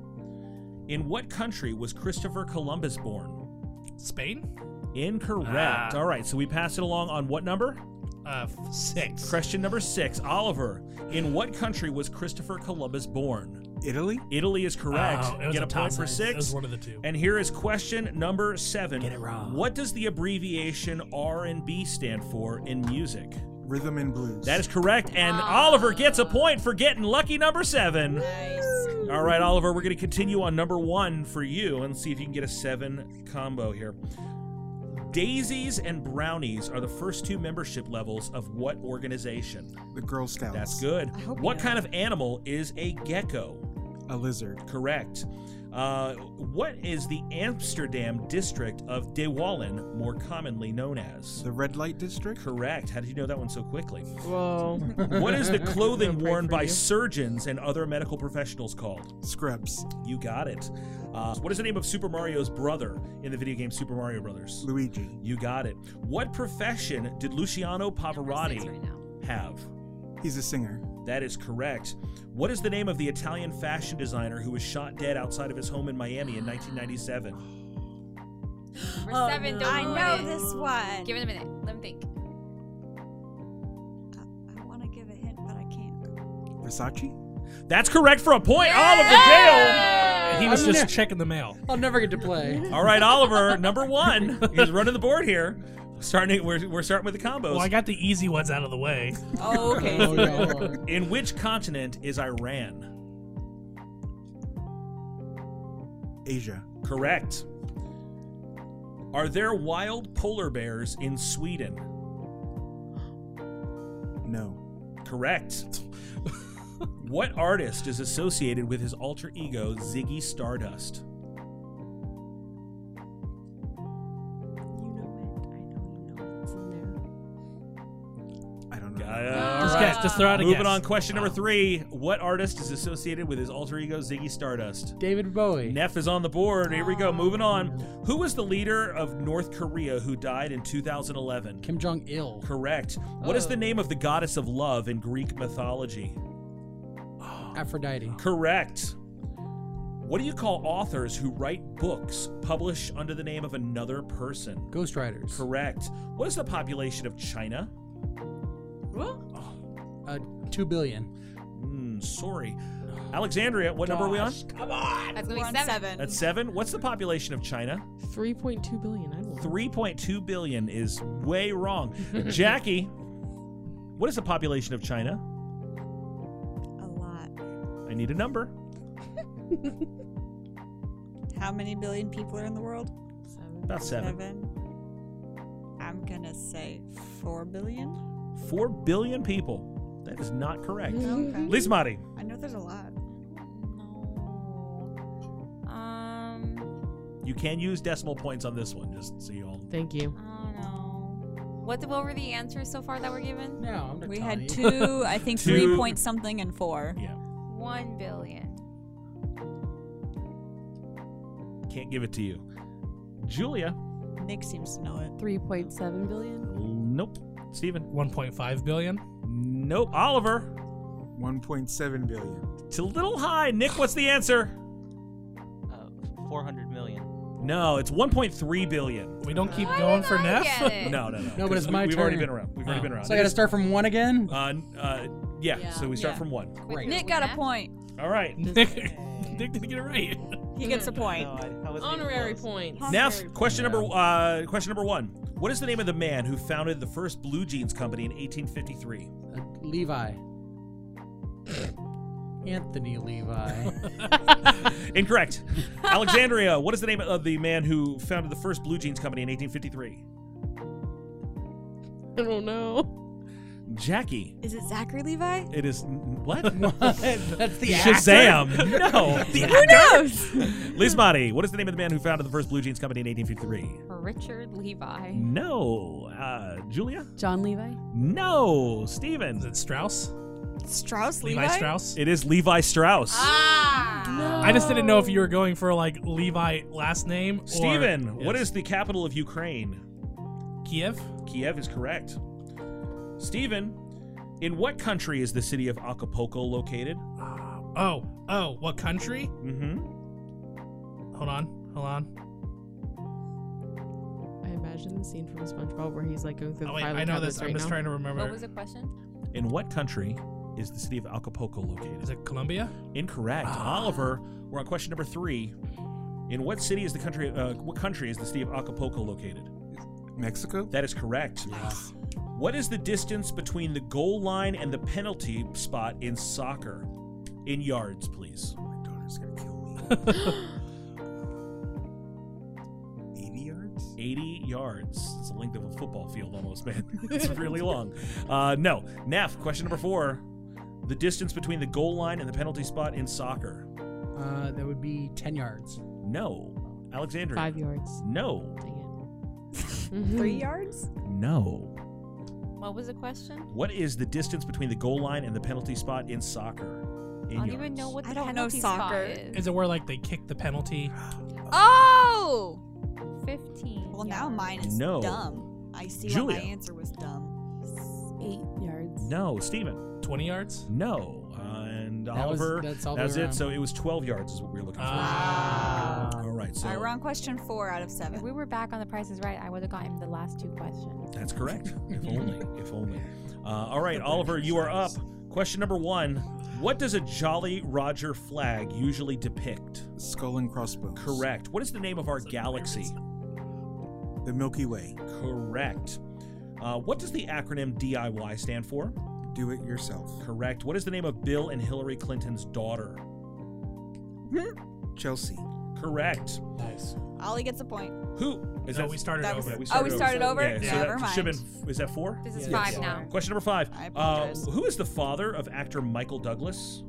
In what country was Christopher Columbus born?
Spain.
Incorrect.
Ah.
All right, so we pass it along on what number?
Uh, f- six.
Question number six. Oliver, in what country was Christopher Columbus born?
Italy?
Italy is correct.
Oh, it was
Get
a
a point
toss-up.
for
It
six.
was one of the two.
And here is question number seven. Get it wrong. What does the abbreviation R and B stand for in music?
Rhythm and blues.
That is correct. And Oliver gets a point for getting lucky number seven. All right, Oliver, we're going to continue on number one for you and see if you can get a seven combo here. Daisies and brownies are the first two membership levels of what organization?
The Girl Scouts.
That's good. What kind of animal is a gecko?
A lizard.
Correct. Uh, what is the Amsterdam district of De Wallen more commonly known as?
The red light district?
Correct. How did you know that one so quickly?
Whoa.
What is the
I'm
clothing
gonna pray
worn
for
by
you.
surgeons and other medical professionals called?
Scrubs.
You got it. Uh, what is the name of Super Mario's brother in the video game Super Mario Brothers?
Luigi.
You got it. What profession did Luciano Pavarotti have?
He's a singer.
That is correct. What is the name of the Italian fashion designer who was shot dead outside of his home in Miami in 1997?
Number
Oh,
seven.
no.
Don't
I
ruin
know
it.
this one.
Give it a minute. Let me think.
I want to give a hint, but I can't.
Versace?
That's correct for a point. Oliver Dale. He
was
I'm ne-
just checking the mail.
I'll never get to play.
All right, Oliver, number one. He's running the board here. Starting, we're, we're starting with the combos.
Well, I got the easy ones out of the way.
Oh,
okay.
In which continent is Iran?
Asia.
Correct. Are there wild polar bears in Sweden?
No.
Correct. what artist is associated with his alter ego, Ziggy Stardust?
I don't know.
Just guess, just throw out a
Moving
guess.
on, question number three. What artist is associated with his alter ego, Ziggy Stardust?
David Bowie.
Neff is on the board. Here we go. Moving on. Who was the leader of North Korea who died in 2011?
Kim Jong Il.
Correct. What is
Oh.
the name of the goddess of love in Greek mythology?
Aphrodite.
Correct. What do you call authors who write books published under the name of another person?
Ghostwriters.
Correct. What is the population of China?
Uh, two billion.
Mm, sorry. Alexandria, what number are we on?
Come on.
That's
gonna be seven. seven.
That's seven. What's the population of China?
3.2 billion. I don't know.
3.2 billion is way wrong. Jackie, what is the population of China?
A lot.
I need a number.
How many billion people are in the world?
About seven.
I'm gonna say four billion.
Four billion people. That is not correct.
Okay.
Liz Mari.
I know there's a lot.
Um,
You can use decimal points on this one, just so you all.
Thank you.
what, what were the answers so far that were given?
No, I'm
We had two, I think
Two.
three point something and four.
Yeah.
One billion.
Can't give it to you. Julia.
Nick seems to know it.
3.7 billion?
Nope. Steven.
1.5 billion.
Nope. Oliver.
1.7 billion.
It's a little high. Nick, what's the answer?
400 million.
No, it's 1.3 billion.
We don't keep going for Neff?
No, no, no.
No, but it's
because
my
we, We've
turn.
already been around. We've already
Oh.
been around.
So I gotta start from one again?
Uh, uh, yeah, so we start from one.
Nick got a point.
All right.
Nick, Nick didn't get it right.
He gets a point.
Honorary points.
Neff, question number uh, question number one. What is the name of the man who founded the first blue jeans company in 1853?
Uh, Levi. Anthony Levi.
Incorrect. Alexandria, what is the name of the man who founded the first blue jeans company in 1853?
I don't know.
Jackie.
Is it Zachary Levi?
It is what?
That's the
Shazam.
actor?
No. The
Who knows?
Liz Motti, what is the name of the man who founded the first blue jeans company in 1853?
Richard Levi.
No. Uh, Julia?
John Levi?
No. Steven. Is it
Strauss?
Strauss
Levi Strauss?
It is Levi Strauss.
I just didn't know if you were going for like Levi last name. Or,
Steven, what is the capital of Ukraine?
Kiev?
Kiev is correct. Steven, in what country is the city of Acapulco located?
Oh, oh, what country?
Mm-hmm.
Hold on, hold on.
I imagine the scene from SpongeBob where he's like going through
Oh,
the
wait,
filing
I know
cabinets
this.
Right
I'm just
now.
trying to remember.
What was the question?
In what country is the city of Acapulco located?
Is it Ah. Colombia?
Incorrect. Oliver, we're on question number three. In what city is the country? Uh, what country is the city of Acapulco located?
Mexico?
That is correct. What is the distance between the goal line and the penalty spot in soccer? In yards, please.
My daughter's gonna kill me. 80 yards?
80 yards. It's the length of a football field almost, man. it's really long. Uh, no. Neff, question number four. The distance between the goal line and the penalty spot in soccer.
Uh, that would be 10 yards.
No. Alexandria.
Five yards.
No.
Three
Hmm.
yards?
No.
What was the question?
What is the distance between the goal line and the penalty spot in soccer? In
I don't
yards.
even know what the
I don't know
penalty
soccer.
spot is.
Is it where like they kick the penalty?
Oh! 15.
Well, now mine is
No.
dumb. I see
Julia.
why my answer was dumb.
Eight yards.
No, Steven.
20 yards?
No. Uh, and
That was-
Oliver.
that's all the
that's
way
it.
around.
So it was 12 yards is what we were looking for.
Ah.
all right. So
All right, we're on question four out of seven.
If we were back on the Price is Right, I would have gotten the last two questions.
That's correct. if only. If only. Uh, all right, Oliver, you are up. Question number one What does a Jolly Roger flag usually depict?
Skull and crossbones.
Correct. What is the name of our galaxy?
The Milky Way.
Correct. Uh, what does the acronym DIY stand for?
Do it yourself.
Correct. What is the name of Bill and Hillary Clinton's daughter?
Chelsea.
Correct. Nice.
Ollie gets a point.
Who? Is
No, we started
that was-
over.
Oh, we started over?
Yeah, so
Never
that should have been. Is that four?
This is Yes. five now.
Question number five.
I
Uh,
apologize.
who is the father of actor Michael Douglas?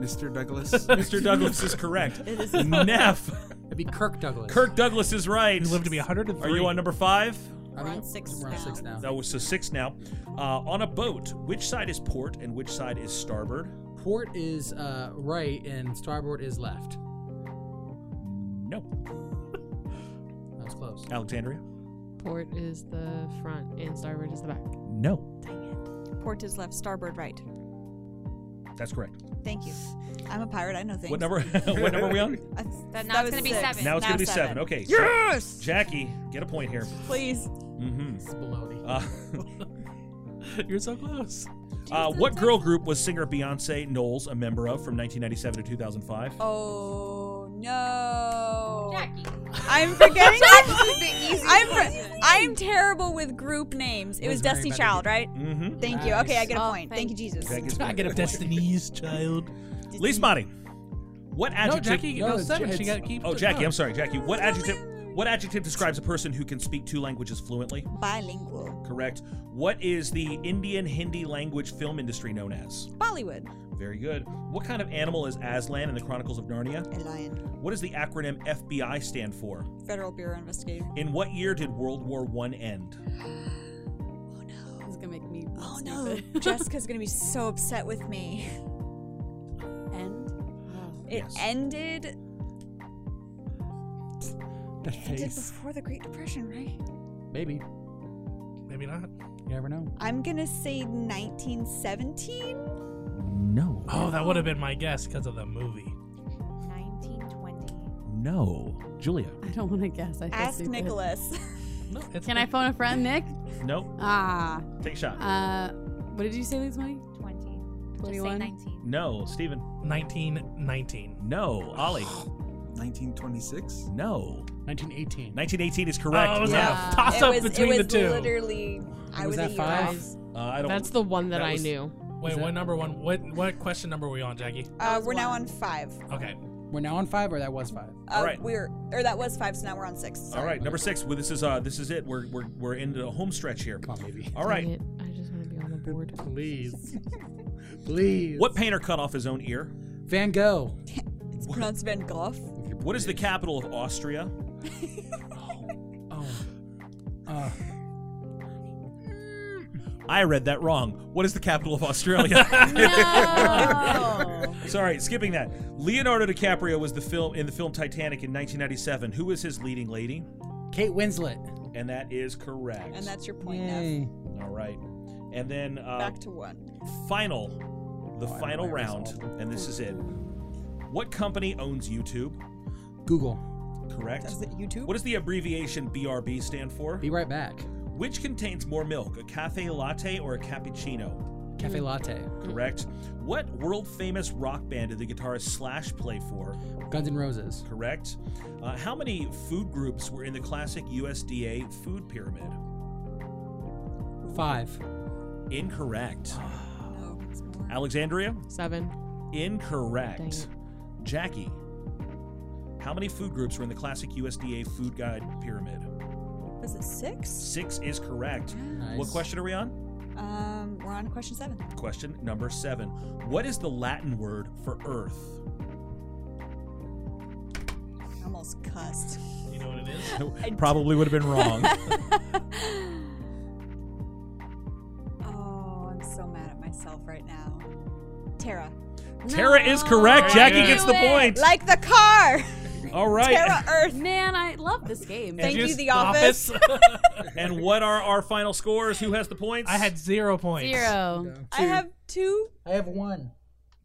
Mr. Douglas.
Mr. Douglas is correct.
It is-
Neff.
It'd be Kirk Douglas.
Kirk Douglas is right. He lived
to be 103.
Are you on number five?
We're on six We're on now. six now.
That was so six now. Uh, on a boat, which side is port and which side is starboard?
Port is uh, right and starboard is left.
No.
That was close.
Alexandria.
Port is the front and starboard is the back.
No.
Port is left, starboard right.
That's correct.
Thank you. I'm a pirate. I know things.
What number? what number are we on?
I-
That- now
that
it's
was
gonna be
six.
seven.
Now it's gonna be seven. Okay. so-
Yes.
Jackie, get a point here.
Please.
Mm-hmm.
You're so close.
Uh, what girl group was singer Beyonce Knowles a member of from 1997 to 2005?
Oh no.
Jackie.
I'm forgetting.
This is the easy
I'm
one.
for- I'm terrible with group names. It was
very
Dusty
bad.
Child, right?
Mm-hmm.
Thank you. Okay, I get a
Oh,
point. Thank you, Jesus.
I get a Destiny's Child.
Least body. What adjective?
Jackie, No, no, seven. it's- She gotta keep
Oh,
the-
Jackie,
no.
I'm sorry, Jackie. What adjective? What adjective describes a person who can speak two languages fluently?
Bilingual.
Correct. What is the Indian Hindi language film industry known as?
Bollywood.
Very good. What kind of animal is Aslan in the Chronicles of Narnia?
A lion.
What does the acronym FBI stand for?
Federal Bureau of Investigation.
In what year did World War One end?
This is gonna make me.
Oh no, Jessica's gonna be so upset with me.
End.
It ended.
That
Ended
face.
before the Great Depression, right?
Maybe.
Maybe not.
You never know.
I'm gonna say 1917.
No.
Oh, that would have been my guess because of the movie.
1920.
No, Julia.
I don't want to guess. I feel
Ask
stupid.
Nicholas.
Can I phone a friend, Nick?
Nope.
Ah.
Take a shot.
Uh, what did you say, Lee's money?
20. Just say
21?
19.
No, Steven.
1919.
No, Ollie.
1926.
No.
1918.
1918 is correct.
Oh, it was a
Yeah.
toss
it
up
was,
between
it was
the two.
Literally, I was, a year off.
Uh, I don't.
That's the one that,
That
I
was-
knew.
Wait, what number one? What what question number were we on, Jackie?
Uh, we're now on five.
Okay.
We're now on five, or that was five.
Uh,
Alright.
We're or that was five, so now we're on six.
All
Oh.
Sorry.
right, number six. Well, this is uh, this is it. We're we're we're into a home stretch here. Come on, baby. All right.
I just want to be on the board.
Please. Please.
What painter cut off his own ear?
Van Gogh.
It's pronounced Van Gogh.
What is the capital of Austria?
Oh. Uh,
I read that wrong. What is the capital of Australia? Sorry, skipping that. Leonardo DiCaprio was the film in the film Titanic in 1997. Who was his leading lady?
Kate Winslet.
And that is correct.
And that's your point, Nev.
Yay.
All right. And then uh,
Back to one.
final, the
Oh, I
final
know I
round,
resolved
and this is it. What company owns YouTube?
Google.
Correct.
Is it YouTube?
What does the abbreviation BRB stand for?
Be right back.
Which contains more milk, a cafe latte or a cappuccino?
Cafe Latte.
Correct. What world famous rock band did the guitarist Slash play for?
Guns N' Roses.
Correct. Uh, how many food groups were in the classic USDA food pyramid?
Five.
Incorrect.
No, it's more.
Alexandria?
Seven. Dang
Incorrect.
it.
Jackie? How many food groups were in the classic USDA food guide pyramid?
Was it six?
Six is correct. What
Nice.
question are we on?
Um, we're on question seven.
Question number seven. What is the Latin word for earth?
I almost cussed.
You know what it is?
Probably would have been wrong.
Oh, I'm so mad at myself right now. Tara.
Tara is correct.
No.
Jackie
Yeah.
gets the
Knew it.
point.
Like the car.
All right.
Tara Earth.
Man, I love this game.
Thank you,
Just
The Office.
And what are our final scores? Who has the points?
I had zero points.
Zero.
I have two.
I have one.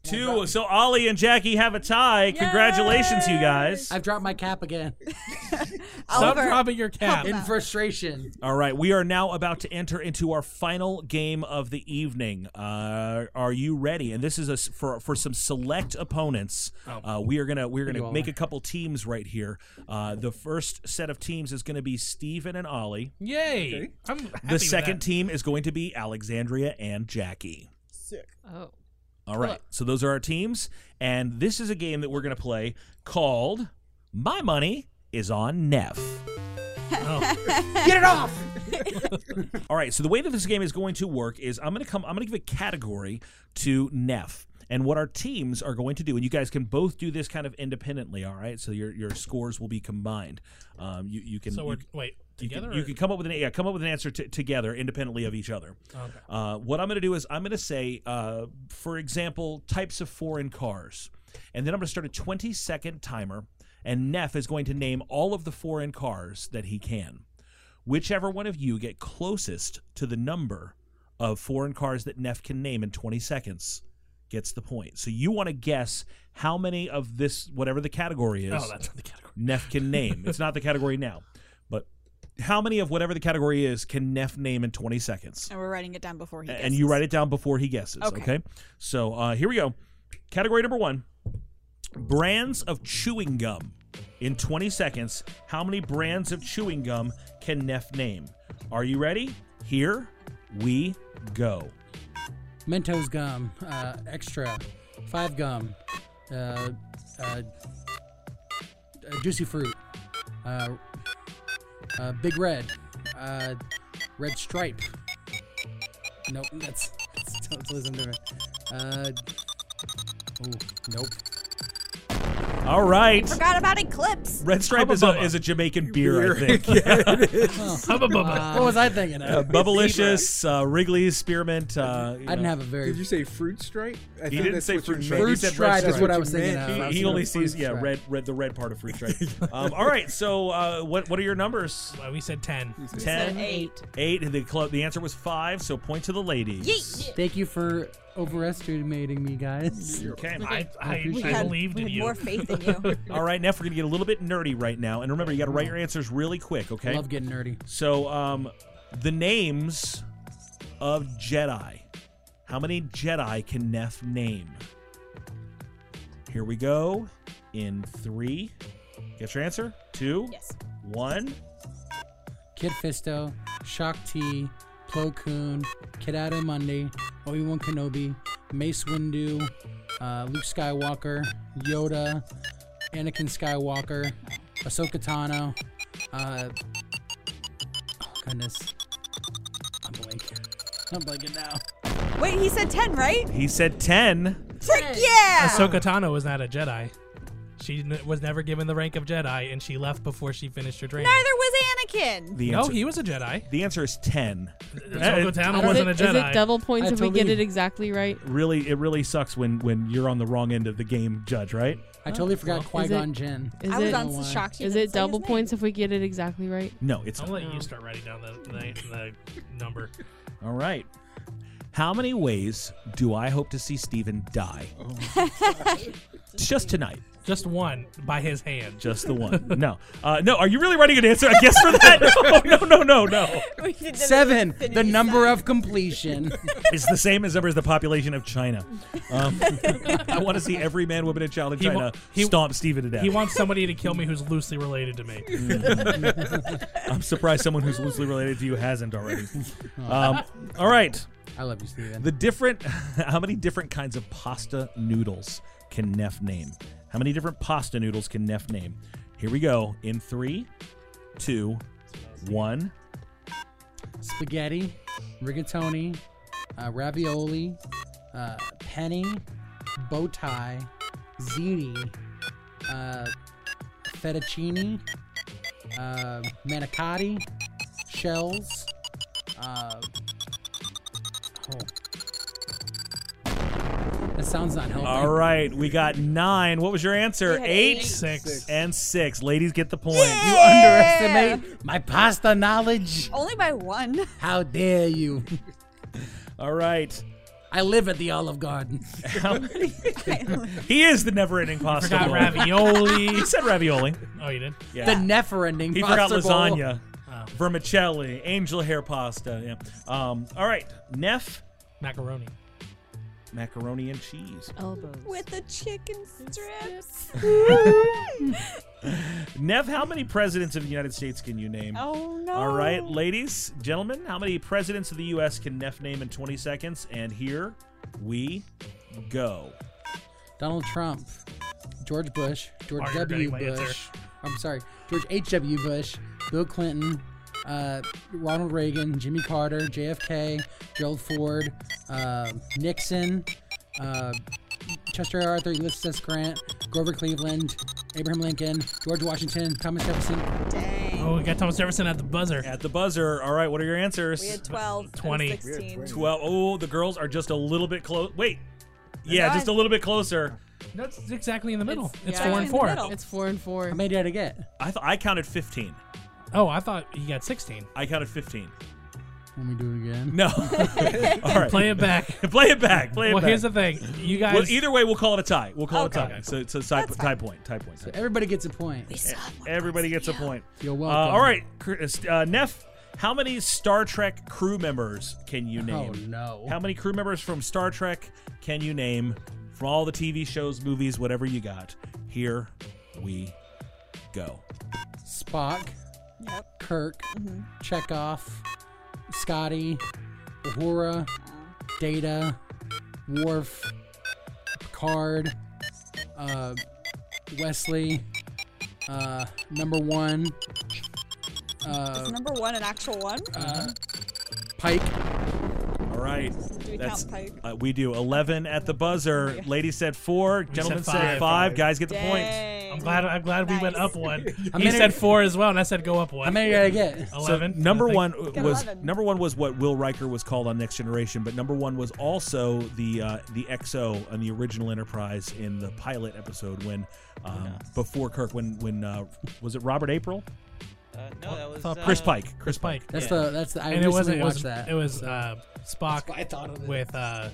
Two. So Ollie and Jackie have a tie. Congratulations, you guys.
I've dropped my cap again.
Stop Oliver, dropping your cap. help
in
out.
frustration.
All right, we are now about to enter into our final game of the evening. Uh, are you ready? And this is a s for for some select opponents.
Oh.
Uh, we are gonna we're
We
gonna
all
make a couple teams right here. Uh, the first set of teams is gonna be Steven and Ollie.
Yay! I'm happy
the
with
second
that.
team is going to be Alexandria and Jackie.
Sick.
Oh.
All right, so those are our teams, and this is a game that we're gonna play called "My Money Is on Neff."
Oh,
Get it off!
All right. So the way that this game is going to work is I'm going to come. I'm going to give a category to Neff and what our teams are going to do. And you guys can both do this kind of independently. All right. So your your scores will be combined. Um, you you can
So we're-
you-
wait,
you can-
together
You
or-
can, come up with an yeah come up with an answer t- together independently of each other.
Okay.
Uh, what I'm going to do is I'm going to say, uh, for example, types of foreign cars, and then I'm going to start a 20 second timer, and Neff is going to name all of the foreign cars that he can. Whichever one of you get closest to the number of foreign cars that Neff can name in 20 seconds gets the point. So you want to guess how many of this whatever the category is.
Oh, that's not the category.
Neff can name. it's not the category now, but how many of whatever the category is can Neff name in 20 seconds?
And we're writing it down before he
A-
gets
and you write it down before he guesses. Okay.
Okay.
So uh, here we go. Category number one: brands of chewing gum. In 20 seconds, how many brands of chewing gum can Neff name? Are you ready? Here we go.
Mentos gum, uh, extra, five gum, uh, uh, uh, juicy fruit, uh, uh, big red, uh, red stripe. Nope, that's, that's totally something different. Uh, oh, nope.
All right.
Forgot about Eclipse.
Red Stripe is a, is a Jamaican beer, I
Beer.
think.
Yeah, it is. Oh. Hubba bubba. Wow. What was I thinking of?
Uh, Bubblicious, uh, Wrigley's Spearmint. Uh, you know.
Did you say fruit stripe? I
He
thought
didn't
that's
say
what you
fruit
meant.
stripe. he said red stripe. He- He, only
Fruit
sees yeah
stripe.
red red the red part of fruit stripe. um, all right, so uh, what what are your numbers?
we said ten.
Ten, eight, eight.
said
and the club. The answer was five. So point to the ladies.
Thank you for overestimating me, guys.
Okay.
appreciate it.
All right, Neff, we're gonna get a little bit nerdy right now, and remember, you got to write your answers really quick. Okay.
Love getting nerdy.
So, um, the names of Jedi. How many Jedi can Neff name? Here we go. In three, get your answer. Two. Yes. One.
Kid Fisto, Shakti, Plo Koon, Kid Adamundi, Obi Wan Kenobi, Mace Windu, uh, Luke Skywalker, Yoda, Anakin Skywalker, Ahsoka Tano. Uh, oh goodness, I'm blanking. I'm blanking now.
Wait, he said 10, right?
He said ten.
Frick yeah!
Ahsoka Tano was not a Jedi. She n- was never given the rank of Jedi, and she left before she finished her training.
Neither was Anakin.
The
no,
answer-
he was a Jedi.
The answer is ten.
Ahsoka Tano
Uh,
wasn't a
Is it
Jedi.
double points
I
if we
totally-
get it exactly right?
Really, it really sucks when when you're on the wrong end of the game, judge. Right?
I totally forgot
Is
Qui
it-
Gon Jinn.
Is
I was
it,
on the shock you
Is
didn't
it
say his
double
name.
points if we get it exactly right?
No, it's
I'll
not.
let you start writing down the, the, the number.
All right. How many ways do I hope to see Steven die? Just tonight.
Just one by his hand.
Just the one. No. Uh, no, are you really writing an answer? I guess for that? No, no, no, no, no.
Seven, the number of completion.
It's the same as ever as the population of China. Um, I want to see every man, woman, and child in
He wa-
China
he-
stomp Steven to death.
He wants somebody to kill me who's loosely related to me.
I'm surprised someone who's loosely related to you hasn't already. Um, all right.
I love you, Steven.
The different, how many different kinds of pasta noodles can Neff name? How many different pasta noodles can Neff name? Here we go. In three, two, one.
spaghetti, rigatoni, uh, ravioli, uh, penne, bow tie, ziti, uh, fettuccine, uh, manicotti, shells. Uh, oh. That sounds not helping.
All right, we got nine. What was your answer?
We had
Eight,
eight. Six.
and six. Ladies get the point.
You underestimate my pasta knowledge.
Only by one.
How dare you?
All right.
I live at the Olive Garden.
He is the never-ending pasta.
forgot
bowl.
ravioli.
he said ravioli.
Oh, you did?
Yeah.
The never-ending
He forgot
pasta bowl.
lasagna,
Oh.
vermicelli, angel hair pasta. Yeah. Um, all right, Neff,
macaroni,
macaroni and cheese.
Elbows. With the chicken strips.
Nev, how many presidents of the United States can you name?
Oh, no.
All right, ladies, gentlemen, how many presidents of the U.S. can Neff name in 20 seconds? And here we go.
Donald Trump, George Bush, George
Oh, you're
W.
getting my answer.
Bush. I'm sorry, George H. W. Bush, Bill Clinton, uh, Ronald Reagan, Jimmy Carter, JFK, Gerald Ford, uh, Nixon, uh, Chester A. Arthur, Ulysses S. Grant, Grover Cleveland, Abraham Lincoln, George Washington, Thomas Jefferson.
Dang.
Oh, we got Thomas Jefferson at the buzzer.
At the buzzer. All right, what are your answers?
We had 12 and
20.
16.
12. Oh, the girls are just a little bit close. Wait. Yeah,
Nine.
just a little bit closer.
That's exactly in the middle. It's,
yeah.
four and four.
It's four and four.
How many did I get?
I th- I counted 15.
Oh, I thought he got 16.
I counted 15.
Let me do it again.
No. All right.
Play it back.
play it back. Play it
Well,
back.
here's the thing. You guys-
Well, either way, we'll call it a tie. We'll call it a
Okay.
tie. So, so tie, tie point. Tie point.
So everybody gets a point.
E, Everybody gets a point.
You're
Uh,
welcome.
all right, Chris- uh, Neff, how many Star Trek crew members can you name?
Oh, no.
How many crew members from Star Trek can you name from all the TV shows, movies, whatever you got? Here we go.
Spock, Kirk, Chekhov, Scotty, Uhura, Data, Worf, Picard, uh, Wesley, uh, number one, uh,
Is number one an actual one?
uh, Pike.
All right.
Do we
That's,
count Pike?
uh, we do 11 at the buzzer. Lady said four. Gentlemen said five. Guys get the point.
I'm glad. I'm glad we went up one.
How
he
many-
said four as well, and I said go up one.
How many did I get?
So
Eleven.
number
I think.
one was number one was what Will Riker was called on Next Generation, but number one was also the uh, the XO on the original Enterprise in the pilot episode when um, before Kirk when when uh, was it Robert April?
Uh, no, that was
thought
uh,
Chris Pike. Chris Pike.
That's
Yeah.
the that's the. I
and it
recently
wasn't. It
watched
was,
that.
It was
so-
uh, Spock.
why I thought of it.
With uh,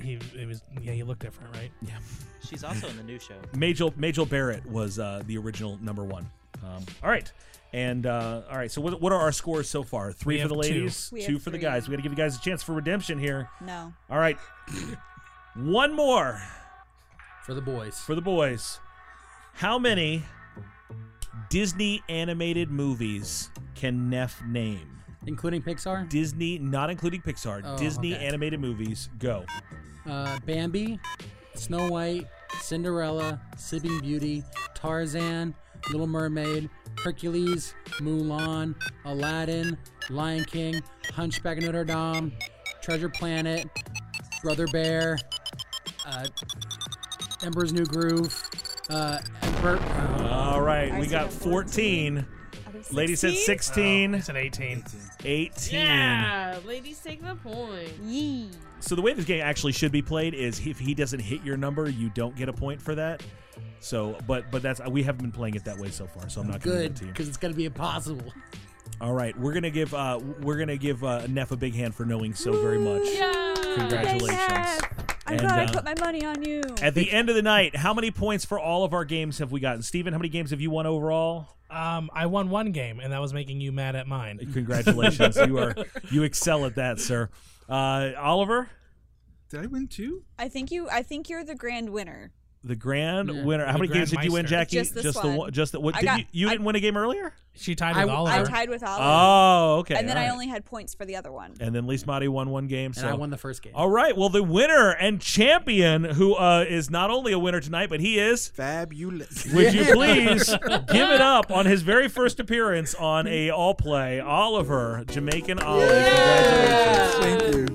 he it was yeah he looked different right
yeah.
She's also in the new show.
Majel Majel Barrett was uh, the original number one. Um, all right, and uh, all right. So what, what are our scores so far? Three
We
for the
have two.
ladies,
We
two,
have
for the
three.
guys. We got to give you guys a chance for redemption here.
No.
All right, one more
for the boys.
For the boys, how many Disney animated movies can Neff name?
Including Pixar?
Disney, not including Pixar.
Oh,
Disney
okay.
animated movies. Go.
uh, Bambi, Snow White, Cinderella, Sleeping Beauty, Tarzan, Little Mermaid, Hercules, Mulan, Aladdin, Lion King, Hunchback of Notre Dame, Treasure Planet, Brother Bear, uh, Emperor's New Groove, uh, Emperor.
All right, we got 14. Lady said 16.
It's an 18.
18.
Yeah, ladies take the point. Yee.
So the way this game actually should be played is if he doesn't hit your number, you don't get a point for that. So, but but that's we haven't been playing it that way so far. So I'm not going to
Good,
to you.
because it's gonna be impossible.
All right, we're gonna give uh, we're gonna give uh, Neff a big hand for knowing so very much. Congratulations!
I'm
And,
glad
uh,
I put my money on you.
At the end of the night, how many points for all of our games have we gotten? Steven, how many games have you won overall?
Um, I won one game, and that was making you mad at mine.
Congratulations, you are you excel at that, sir. Uh, Oliver,
Did I win two?
I think you. I think you're the grand winner.
the grand
Yeah.
winner. How
The
many games did you win,
Grandmeister.
Jackie?
Just this
the
one.
one. Just the what?
I
Did
got-
you, you didn't win a game earlier?
She tied
I- with I Oliver. tied with Oliver.
Oh, okay.
And then
all
I
right.
only had points for the other one.
And then Lise Mati won one game.
And
So
I won the first game.
All right. Well, the winner and champion, who uh, is not only a winner tonight, but he is
fabulous.
Would you please give it up on his very first appearance on a All Play, Oliver Jamaican Ollie? Congratulations.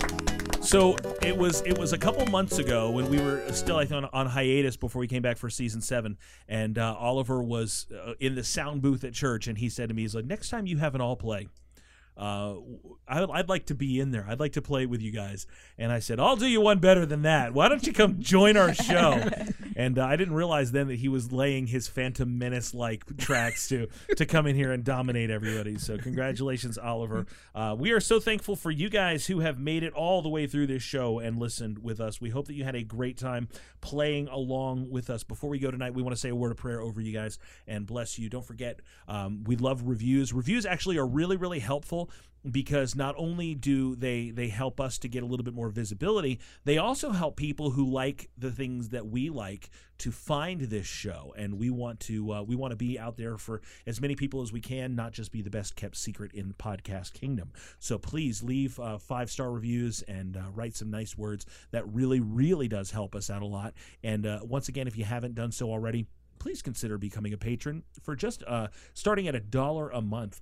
Thank you.
So it was it was a couple months ago when we were still I think on, on hiatus before we came back for season seven, and uh, Oliver was uh, in the sound booth at church, and he said to me, he's like, next time you have an All Play. Uh, I'd, I'd like to be in there. I'd like to play with you guys. And I said, I'll do you one better than that. Why don't you come join our show? and uh, I didn't realize then that he was laying his Phantom Menace like tracks to to come in here and dominate everybody. So congratulations, Oliver. Uh, we are so thankful for you guys who have made it all the way through this show and listened with us. We hope that you had a great time playing along with us. Before we go tonight, we want to say a word of prayer over you guys and bless you. Don't forget, um, we love reviews. Reviews actually are really really helpful because not only do they they help us to get a little bit more visibility they also help people who like the things that we like to find this show and we want to uh, we want to be out there for as many people as we can not just be the best kept secret in the podcast kingdom so please leave uh, five star reviews and uh, write some nice words that really really does help us out a lot and uh, once again if you haven't done so already please consider becoming a patron for just uh, starting at a dollar a month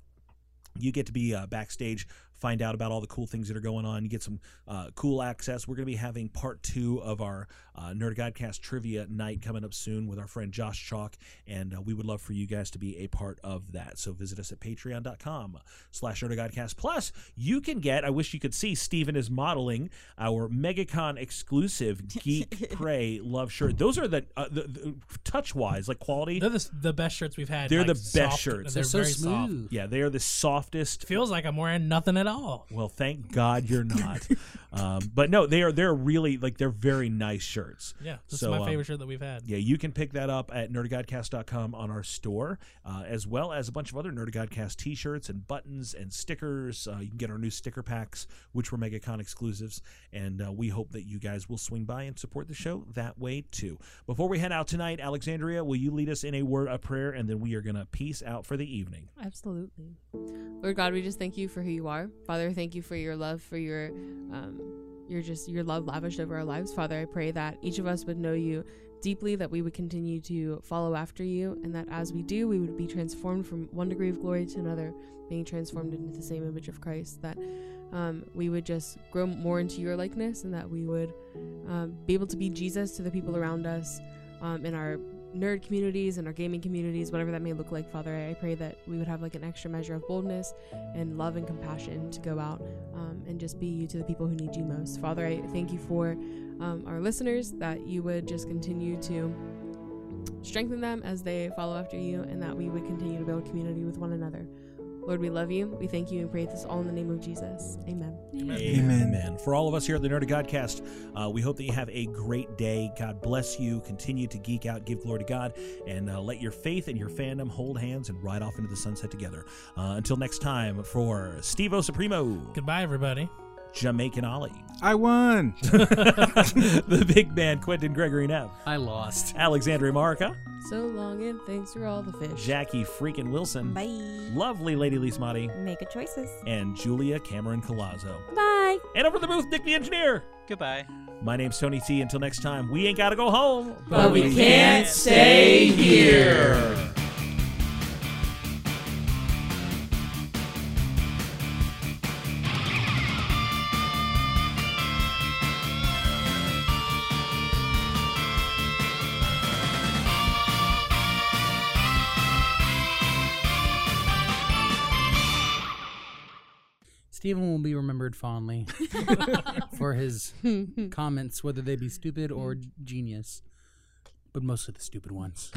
you get to be uh, backstage find out about all the cool things that are going on you get some uh, cool access we're going to be having part two of our uh, nerd godcast trivia night coming up soon with our friend josh chalk and uh, we would love for you guys to be a part of that so visit us at patreon.com slash nerd godcast plus you can get i wish you could see steven is modeling our megacon exclusive geek pray love shirt those are the, uh, the, the touch wise like quality
They're the, s- the best shirts we've had.
they're
like,
the best
soft-
shirts
They're, very soft.
yeah they are the softest
Feels like I'm wearing nothing at all.
well, thank God you're not. um, but no, they are. They're really like they're very nice shirts.
Yeah, this
So,
is my
um,
favorite shirt that we've had.
Yeah, you can pick that up at nerdgodcast.com on our store, uh, as well as a bunch of other Nerd Godcast t shirts and buttons and stickers. Uh, you can get our new sticker packs, which were MegaCon exclusives. And uh, we hope that you guys will swing by and support the show that way too. Before we head out tonight, Alexandria, will you lead us in a word of prayer? And then we are going to peace out for the evening.
Absolutely. Lord God, we just thank you for who you are. Father, thank you for your love, for your um your just your love lavished over our lives. Father, I pray that each of us would know you deeply, that we would continue to follow after you, and that as we do, we would be transformed from one degree of glory to another, being transformed into the same image of Christ, that um, we would just grow more into your likeness and that we would um, be able to be Jesus to the people around us um, in our nerd communities and our gaming communities, whatever that may look like, Father, I pray that we would have like an extra measure of boldness and love and compassion to go out um, and just be you to the people who need you most. Father, I thank you for um, our listeners that you would just continue to strengthen them as they follow after you and that we would continue to build community with one another. Lord, we love you. We thank you and pray this all in the name of Jesus. Amen.
Amen. For all of us here at the Nerd of Godcast, uh, we hope that you have a great day. God bless you. Continue to geek out, give glory to God, and uh, let your faith and your fandom hold hands and ride off into the sunset together. Uh, until next time, for Steve O Supremo.
Goodbye, everybody.
Jamaican Ollie.
I won.
the big man, Quentin Gregory Neff.
I lost.
Alexandria Marca.
So long and thanks for all the fish.
Jackie freaking Wilson.
Bye.
Lovely Lady Lismati.
Make a choices.
And Julia Cameron Colazzo.
Bye.
And over the booth, Nick the Engineer.
Goodbye.
My name's Tony T. Until next time, we ain't gotta go home,
But we can't stay here.
Stephen will be remembered fondly for his comments, whether they be stupid or genius, but mostly the stupid ones.